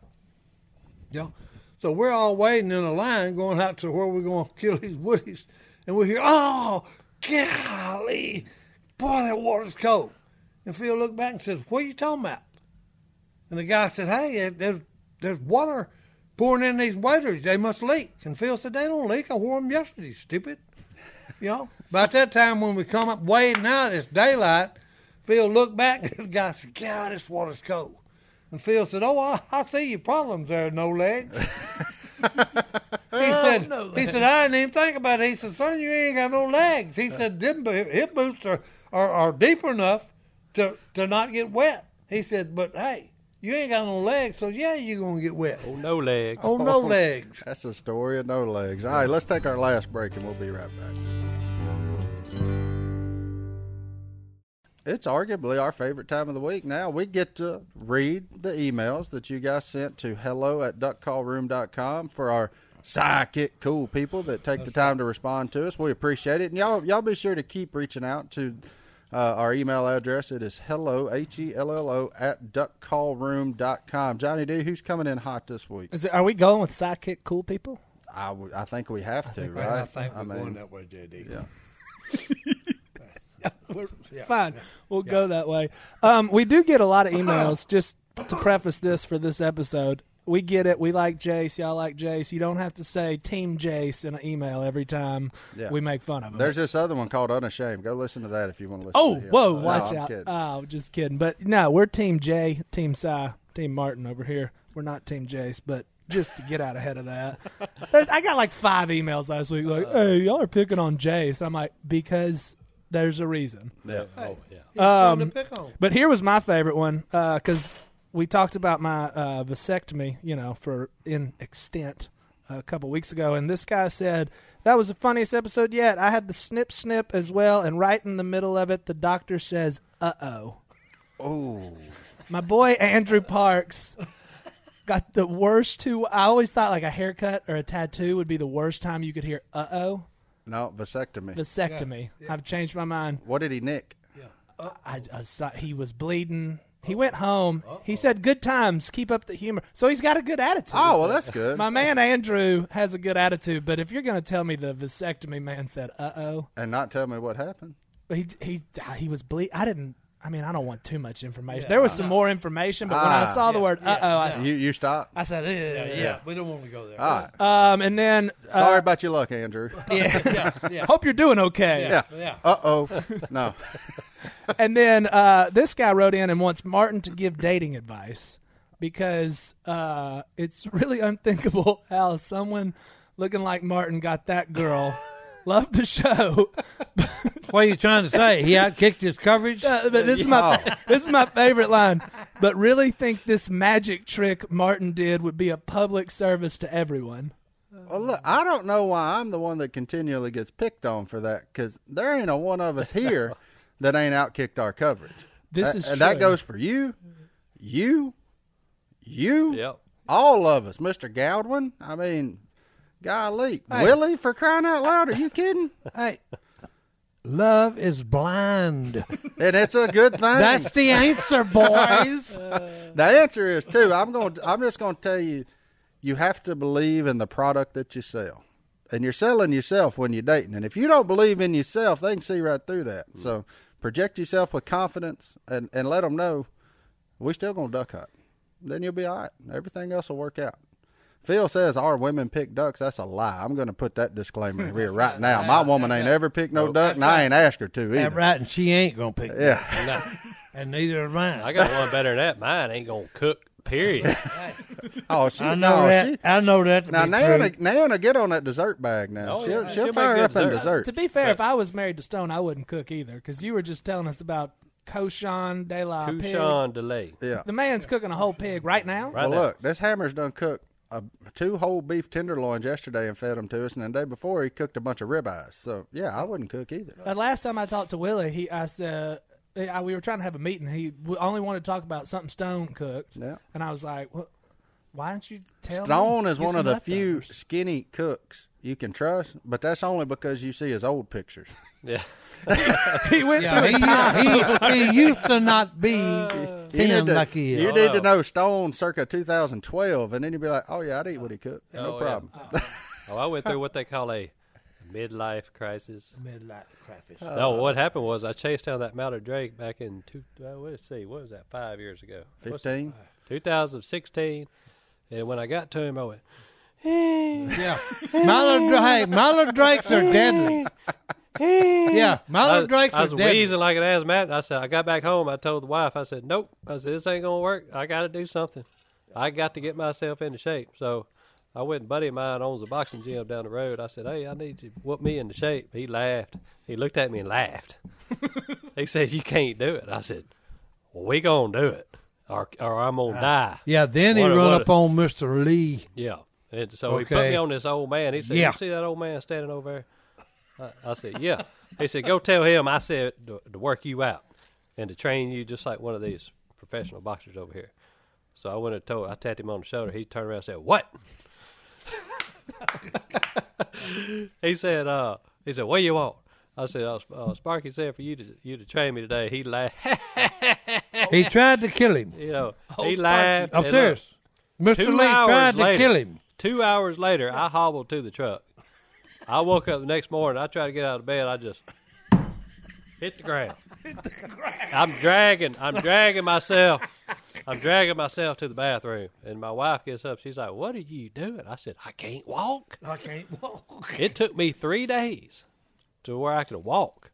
[SPEAKER 3] You know." So we're all waiting in a line going out to where we're going to kill these woodies, and we hear, "Oh, golly, boy, that water's cold." And Phil looked back and says, "What are you talking about?" And the guy said, "Hey, uh, there's there's water pouring in these waders. They must leak." And Phil said, "They don't leak. I wore them yesterday. Stupid." You know. About that time when we come up wading out, it's daylight. Phil looked back. The guy said, "God, this water's cold." And Phil said, "Oh, I, I see your problems there, no legs." He said,
[SPEAKER 4] no
[SPEAKER 3] he said, I didn't even think about it. He said, son, you ain't got no legs. He said, them bo- hip boots are, are, are deep enough to, to not get wet. He said, but hey, you ain't got no legs, so yeah, you're going to get wet.
[SPEAKER 1] Oh no leg.
[SPEAKER 3] Oh, no legs.
[SPEAKER 2] That's a story of no legs. All right, let's take our last break and we'll be right back. It's arguably our favorite time of the week now. We get to read the emails that you guys sent to hello at duckcallroom.com for our psychic cool people that take the time to respond to us. We appreciate it. And y'all, y'all be sure to keep reaching out to uh, our email address. It is hello, H E L L O, at duckcallroom.com. Johnny D, who's coming in hot this week?
[SPEAKER 4] Is it, are we going with sidekick cool people?
[SPEAKER 2] I, w- I think we have to, right?
[SPEAKER 3] that way, JD.
[SPEAKER 2] yeah.
[SPEAKER 4] Fine. We'll go that way. Um, we do get a lot of emails. Just to preface this for this episode, we get it. We like Jace. Y'all like Jace. You don't have to say Team Jace in an email every time
[SPEAKER 2] Yeah.
[SPEAKER 4] we make fun of him.
[SPEAKER 2] There's this other one called Unashamed. Go listen to that if you want to listen.
[SPEAKER 4] oh,
[SPEAKER 2] to him.
[SPEAKER 4] whoa,
[SPEAKER 2] No,
[SPEAKER 4] watch
[SPEAKER 2] I'm
[SPEAKER 4] out.
[SPEAKER 2] kidding.
[SPEAKER 4] Oh, just kidding. But no, we're Team J, Team Cy, Team Martin over here. We're not Team Jace, but just to get out ahead of that. There's, I got like five emails last week
[SPEAKER 2] Uh,
[SPEAKER 4] like, hey, y'all are picking on Jace. I'm like, because there's a reason.
[SPEAKER 2] yeah.
[SPEAKER 1] Oh yeah.
[SPEAKER 3] Um, to pick on.
[SPEAKER 4] But here was my favorite one because we talked about my uh, vasectomy, you know, for in extent a couple weeks ago, and this guy said that was the funniest episode yet. I had the snip snip as well, and right in the middle of it, the doctor says, "Uh oh."
[SPEAKER 2] Oh,
[SPEAKER 4] My boy Andrew Parks got the worst two. I always thought like a haircut or a tattoo would be the worst time you could hear "uh oh."
[SPEAKER 2] No, vasectomy.
[SPEAKER 4] vasectomy. I've changed my mind.
[SPEAKER 2] what did he nick?
[SPEAKER 4] I, I saw, he was bleeding. He went home. He said, "Good times. Keep up the humor." So he's got a good attitude.
[SPEAKER 3] Ah.
[SPEAKER 2] Oh, well, that's good.
[SPEAKER 4] My man Andrew has a good attitude, but if you're going to tell me the vasectomy man said, "Uh oh,"
[SPEAKER 2] and not tell me what happened.
[SPEAKER 4] but he he ah, he was bleed. I didn't. I mean, I don't want too much information. there was
[SPEAKER 3] Uh-huh.
[SPEAKER 4] some more information, but when I
[SPEAKER 2] Ah.
[SPEAKER 4] saw the word "uh oh," I, s-
[SPEAKER 2] You you stopped.
[SPEAKER 4] I said, "Ugh."
[SPEAKER 3] Yeah, Ah. we don't want to go there.
[SPEAKER 2] All right.
[SPEAKER 4] Um, and then uh,
[SPEAKER 2] Sorry about your luck, Andrew.
[SPEAKER 3] yeah, yeah,
[SPEAKER 4] hope you're doing okay.
[SPEAKER 2] Yeah.
[SPEAKER 3] yeah.
[SPEAKER 2] Uh oh. No.
[SPEAKER 4] And then uh, this guy wrote in and wants Martin to give dating advice because uh, it's really unthinkable how someone looking like Martin got that girl. Loved the show,
[SPEAKER 3] What are you trying to say? He outkicked his coverage.
[SPEAKER 4] Uh, but this is my this is my favorite line. But really think this magic trick Martin did would be a public service to everyone.
[SPEAKER 2] Well, look, I don't know why I'm the one that continually gets picked on for that because there ain't a one of us here that ain't outkicked our coverage.
[SPEAKER 4] This
[SPEAKER 2] That-
[SPEAKER 4] is
[SPEAKER 2] and that
[SPEAKER 4] true.
[SPEAKER 2] goes for you, you, you,
[SPEAKER 1] Yep.
[SPEAKER 2] all of us, Mister Gowdwin. I mean, golly, Willie, for crying out loud, are you kidding?
[SPEAKER 3] Hey, love is blind.
[SPEAKER 2] and it's a good thing.
[SPEAKER 3] That's the answer, boys.
[SPEAKER 2] The answer is too. I'm going. To, I'm just going to tell you, you have to believe in the product that you sell, and you're selling yourself when you're dating. And if you don't believe in yourself, they can see right through that. So project yourself with confidence, and and let them know we still going to duck hunt. Then you'll be all right. Everything else will work out. Phil says our women pick ducks. That's a lie. I'm going to put that disclaimer in here right now. My woman ain't ever picked no duck, and I ain't asked her to
[SPEAKER 3] That
[SPEAKER 2] either.
[SPEAKER 3] right, and she ain't gonna pick. Yeah,
[SPEAKER 2] Yeah.
[SPEAKER 1] No,
[SPEAKER 3] and neither am
[SPEAKER 1] I
[SPEAKER 3] I.
[SPEAKER 1] got one better than that. Mine ain't gonna cook. Period.
[SPEAKER 2] Oh, she.
[SPEAKER 3] I know
[SPEAKER 2] no,
[SPEAKER 3] that.
[SPEAKER 2] She,
[SPEAKER 3] I know that. To
[SPEAKER 2] Now
[SPEAKER 3] be
[SPEAKER 2] Naomi,
[SPEAKER 3] true.
[SPEAKER 2] Naomi, get on that dessert bag now.
[SPEAKER 1] Oh,
[SPEAKER 2] she'll
[SPEAKER 1] yeah.
[SPEAKER 2] she'll,
[SPEAKER 1] She'll make
[SPEAKER 2] fire
[SPEAKER 1] good
[SPEAKER 2] up in
[SPEAKER 1] dessert.
[SPEAKER 2] dessert.
[SPEAKER 4] To be fair, if I was married to Stone, I wouldn't cook either because you were just telling us about Koshan De La Pig.
[SPEAKER 1] Couchon delay.
[SPEAKER 2] yeah.
[SPEAKER 4] The man's cooking a whole pig right now.
[SPEAKER 1] Right
[SPEAKER 2] Well,
[SPEAKER 1] now.
[SPEAKER 2] look, this hammer's done cooked uh, two whole beef tenderloins yesterday and fed them to us, and the day before he cooked a bunch of ribeyes. So yeah, I wouldn't cook either.
[SPEAKER 4] The last time I talked to Willie, he I said. eh, I, we were trying to have a meeting. He w- only wanted to talk about something Stone cooked,
[SPEAKER 2] Yeah.
[SPEAKER 4] and I was like, "Well, why don't you tell?" me?
[SPEAKER 2] Stone is
[SPEAKER 4] Get
[SPEAKER 2] one of
[SPEAKER 4] some
[SPEAKER 2] the few
[SPEAKER 4] leftovers."
[SPEAKER 2] skinny cooks you can trust, but that's only because you see his old pictures.
[SPEAKER 1] Yeah.
[SPEAKER 4] he went through. a time.
[SPEAKER 3] Yeah, he, he, he used to not be
[SPEAKER 2] You
[SPEAKER 3] thin
[SPEAKER 2] need to,
[SPEAKER 3] like he is.
[SPEAKER 2] you need
[SPEAKER 1] Oh.
[SPEAKER 2] to know Stone circa 2012, and then you'd be like, oh yeah, I'd eat what he cooked,
[SPEAKER 1] Oh,
[SPEAKER 2] no
[SPEAKER 1] yeah.
[SPEAKER 2] problem.
[SPEAKER 1] Oh, I went through what they call a midlife crisis.
[SPEAKER 3] Midlife crayfish.
[SPEAKER 1] No, what happened was I chased down that mountain drake back in two. Uh, let's see, what was that? Five years ago, What's-
[SPEAKER 2] Fifteen.
[SPEAKER 1] 2016. And when I got to him, I went,
[SPEAKER 3] Yeah, mallard drakes. Mallard drakes are deadly. yeah,
[SPEAKER 1] I,
[SPEAKER 3] mallard drakes
[SPEAKER 1] I
[SPEAKER 3] are
[SPEAKER 1] was
[SPEAKER 3] deadly.
[SPEAKER 1] wheezing like an asthmatic. I said, I got back home. I told the wife, I said, nope. I said, this ain't gonna work. I got to do something. I got to get myself into shape. So I went. and Buddy of mine owns a boxing gym down the road. I said, hey, I need you to whoop me into shape. He laughed. He looked at me and laughed. he says, you can't do it. I said, well, we gonna do it, or or I'm gonna die.
[SPEAKER 3] Yeah, then he
[SPEAKER 1] What a-
[SPEAKER 3] run
[SPEAKER 1] what a-
[SPEAKER 3] up on Mister Lee.
[SPEAKER 1] Yeah. And so he put
[SPEAKER 3] Okay.
[SPEAKER 1] me on this old man. He said,
[SPEAKER 3] Yeah.
[SPEAKER 1] You see that old man standing over there? I, I said, Yeah. he said, Go tell him I said to, to work you out and to train you just like one of these professional boxers over here. So I went and told, I tapped him on the shoulder. He turned around and said, What? he said, uh, He said, What do you want? I said, uh, Sp- uh, Sparky said for you to you to train me today. He laughed,
[SPEAKER 3] He tried to kill him.
[SPEAKER 1] you know. he laughed.
[SPEAKER 3] Oh, I'm
[SPEAKER 1] and, uh,
[SPEAKER 3] serious. Mr.
[SPEAKER 1] Two
[SPEAKER 3] Lee
[SPEAKER 1] hours
[SPEAKER 3] tried to
[SPEAKER 1] later,
[SPEAKER 3] kill him.
[SPEAKER 1] Two hours later, I hobbled to the truck. I woke up the next morning. I tried to get out of bed. I just hit the ground. I'm dragging. I'm dragging myself. I'm dragging myself to the bathroom. And my wife gets up. She's like, "What are you doing?" I said, "I can't walk."
[SPEAKER 3] I can't walk.
[SPEAKER 1] It took me three days to where I could walk,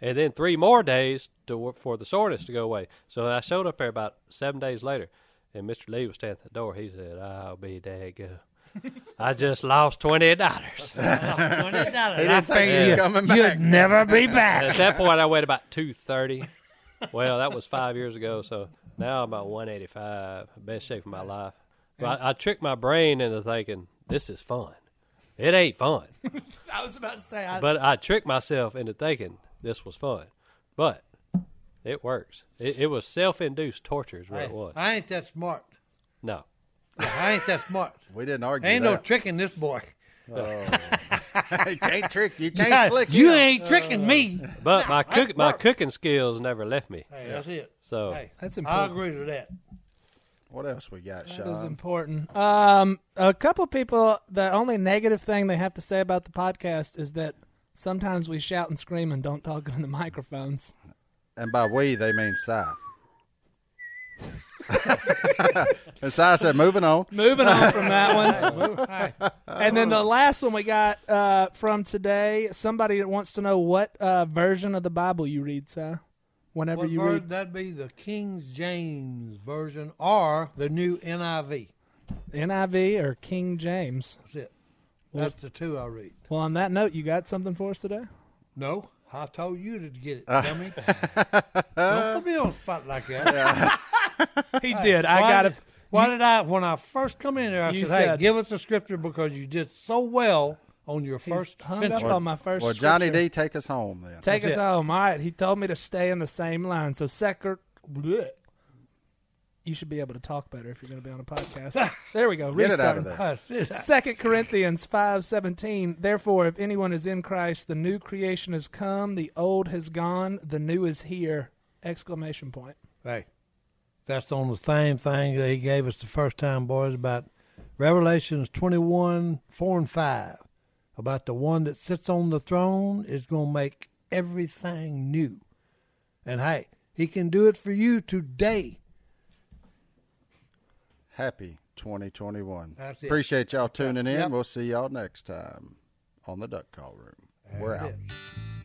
[SPEAKER 1] and then three more days to wh- for the soreness to go away. So I showed up there about seven days later, and Mister Lee was standing at the door. He said, "I'll be daggone. I just lost twenty dollars."
[SPEAKER 2] He didn't think he was coming back.
[SPEAKER 3] You'd never be back.
[SPEAKER 1] at that point, I weighed about two thirty. Well, that was five years ago, so now I'm about one eighty five. Best shape of my life. But I, I tricked my brain into thinking this is fun. It ain't fun.
[SPEAKER 4] I was about to say, I,
[SPEAKER 1] but I tricked myself into thinking this was fun. But it works. It, it was self-induced torture, is what it was.
[SPEAKER 3] I ain't that smart.
[SPEAKER 1] no,
[SPEAKER 3] I ain't that smart.
[SPEAKER 2] We didn't argue.
[SPEAKER 3] Ain't no
[SPEAKER 2] that.
[SPEAKER 3] tricking this boy.
[SPEAKER 2] you can't trick you. Can't
[SPEAKER 3] God,
[SPEAKER 2] slick
[SPEAKER 3] you
[SPEAKER 2] him.
[SPEAKER 3] ain't tricking me.
[SPEAKER 1] But my
[SPEAKER 3] that's
[SPEAKER 1] cook my
[SPEAKER 3] work.
[SPEAKER 1] cooking skills never left me.
[SPEAKER 3] Hey, that's it.
[SPEAKER 1] So
[SPEAKER 3] Hey,
[SPEAKER 4] That's
[SPEAKER 3] I
[SPEAKER 4] important.
[SPEAKER 3] agree to that.
[SPEAKER 2] What else we got,
[SPEAKER 4] That is
[SPEAKER 2] Sean?
[SPEAKER 4] important. Um, a couple people, the only negative thing they have to say about the podcast is that sometimes we shout and scream and don't talk in the microphones.
[SPEAKER 2] And by we, they mean Si. and Si said, moving on.
[SPEAKER 4] Moving on from that one. and then the last one we got uh, from today somebody that wants to know what uh, version of the Bible you read, sir. Whenever
[SPEAKER 3] What
[SPEAKER 4] you
[SPEAKER 3] ver-
[SPEAKER 4] read.
[SPEAKER 3] That'd be the King James version or the new NIV.
[SPEAKER 4] NIV or King James.
[SPEAKER 3] That's it. That's the two I read.
[SPEAKER 4] Well, on that note, you got something for us today?
[SPEAKER 3] No, I told you to get
[SPEAKER 2] Uh.
[SPEAKER 3] it, dummy. Don't put me on the spot like that.
[SPEAKER 4] He did. I
[SPEAKER 3] Why
[SPEAKER 4] got
[SPEAKER 3] did-
[SPEAKER 4] it.
[SPEAKER 3] Why did I? When I first come in here, I
[SPEAKER 4] You
[SPEAKER 3] said, "Hey,
[SPEAKER 4] said-
[SPEAKER 3] give us a scripture because you did so well on your first
[SPEAKER 4] hung
[SPEAKER 3] venture."
[SPEAKER 4] up on my first.
[SPEAKER 2] Well, Johnny
[SPEAKER 4] scripture.
[SPEAKER 2] D, take us home then.
[SPEAKER 4] Take
[SPEAKER 3] That's
[SPEAKER 4] us
[SPEAKER 3] it.
[SPEAKER 4] home. All right. He told me to stay in the same line. So, Secker, bleh. you should be able to talk better if you're going to be on a podcast. there we go.
[SPEAKER 2] Get it out of
[SPEAKER 4] Restarting.
[SPEAKER 2] there.
[SPEAKER 3] I said,
[SPEAKER 4] Second Corinthians five seventeen. Therefore, if anyone is in Christ, the new creation has come, the old has gone, the new is here! Exclamation point.
[SPEAKER 3] Hey, that's on the same thing that he gave us the first time, boys, about Revelations 21 4 and 5. About the one that sits on the throne is going to make everything new. And hey, he can do it for you today.
[SPEAKER 2] Happy 2021.
[SPEAKER 3] That's it.
[SPEAKER 2] Appreciate y'all tuning in.
[SPEAKER 3] Yep.
[SPEAKER 2] We'll see y'all next time on the Duck Call Room. We're out.
[SPEAKER 3] That's it.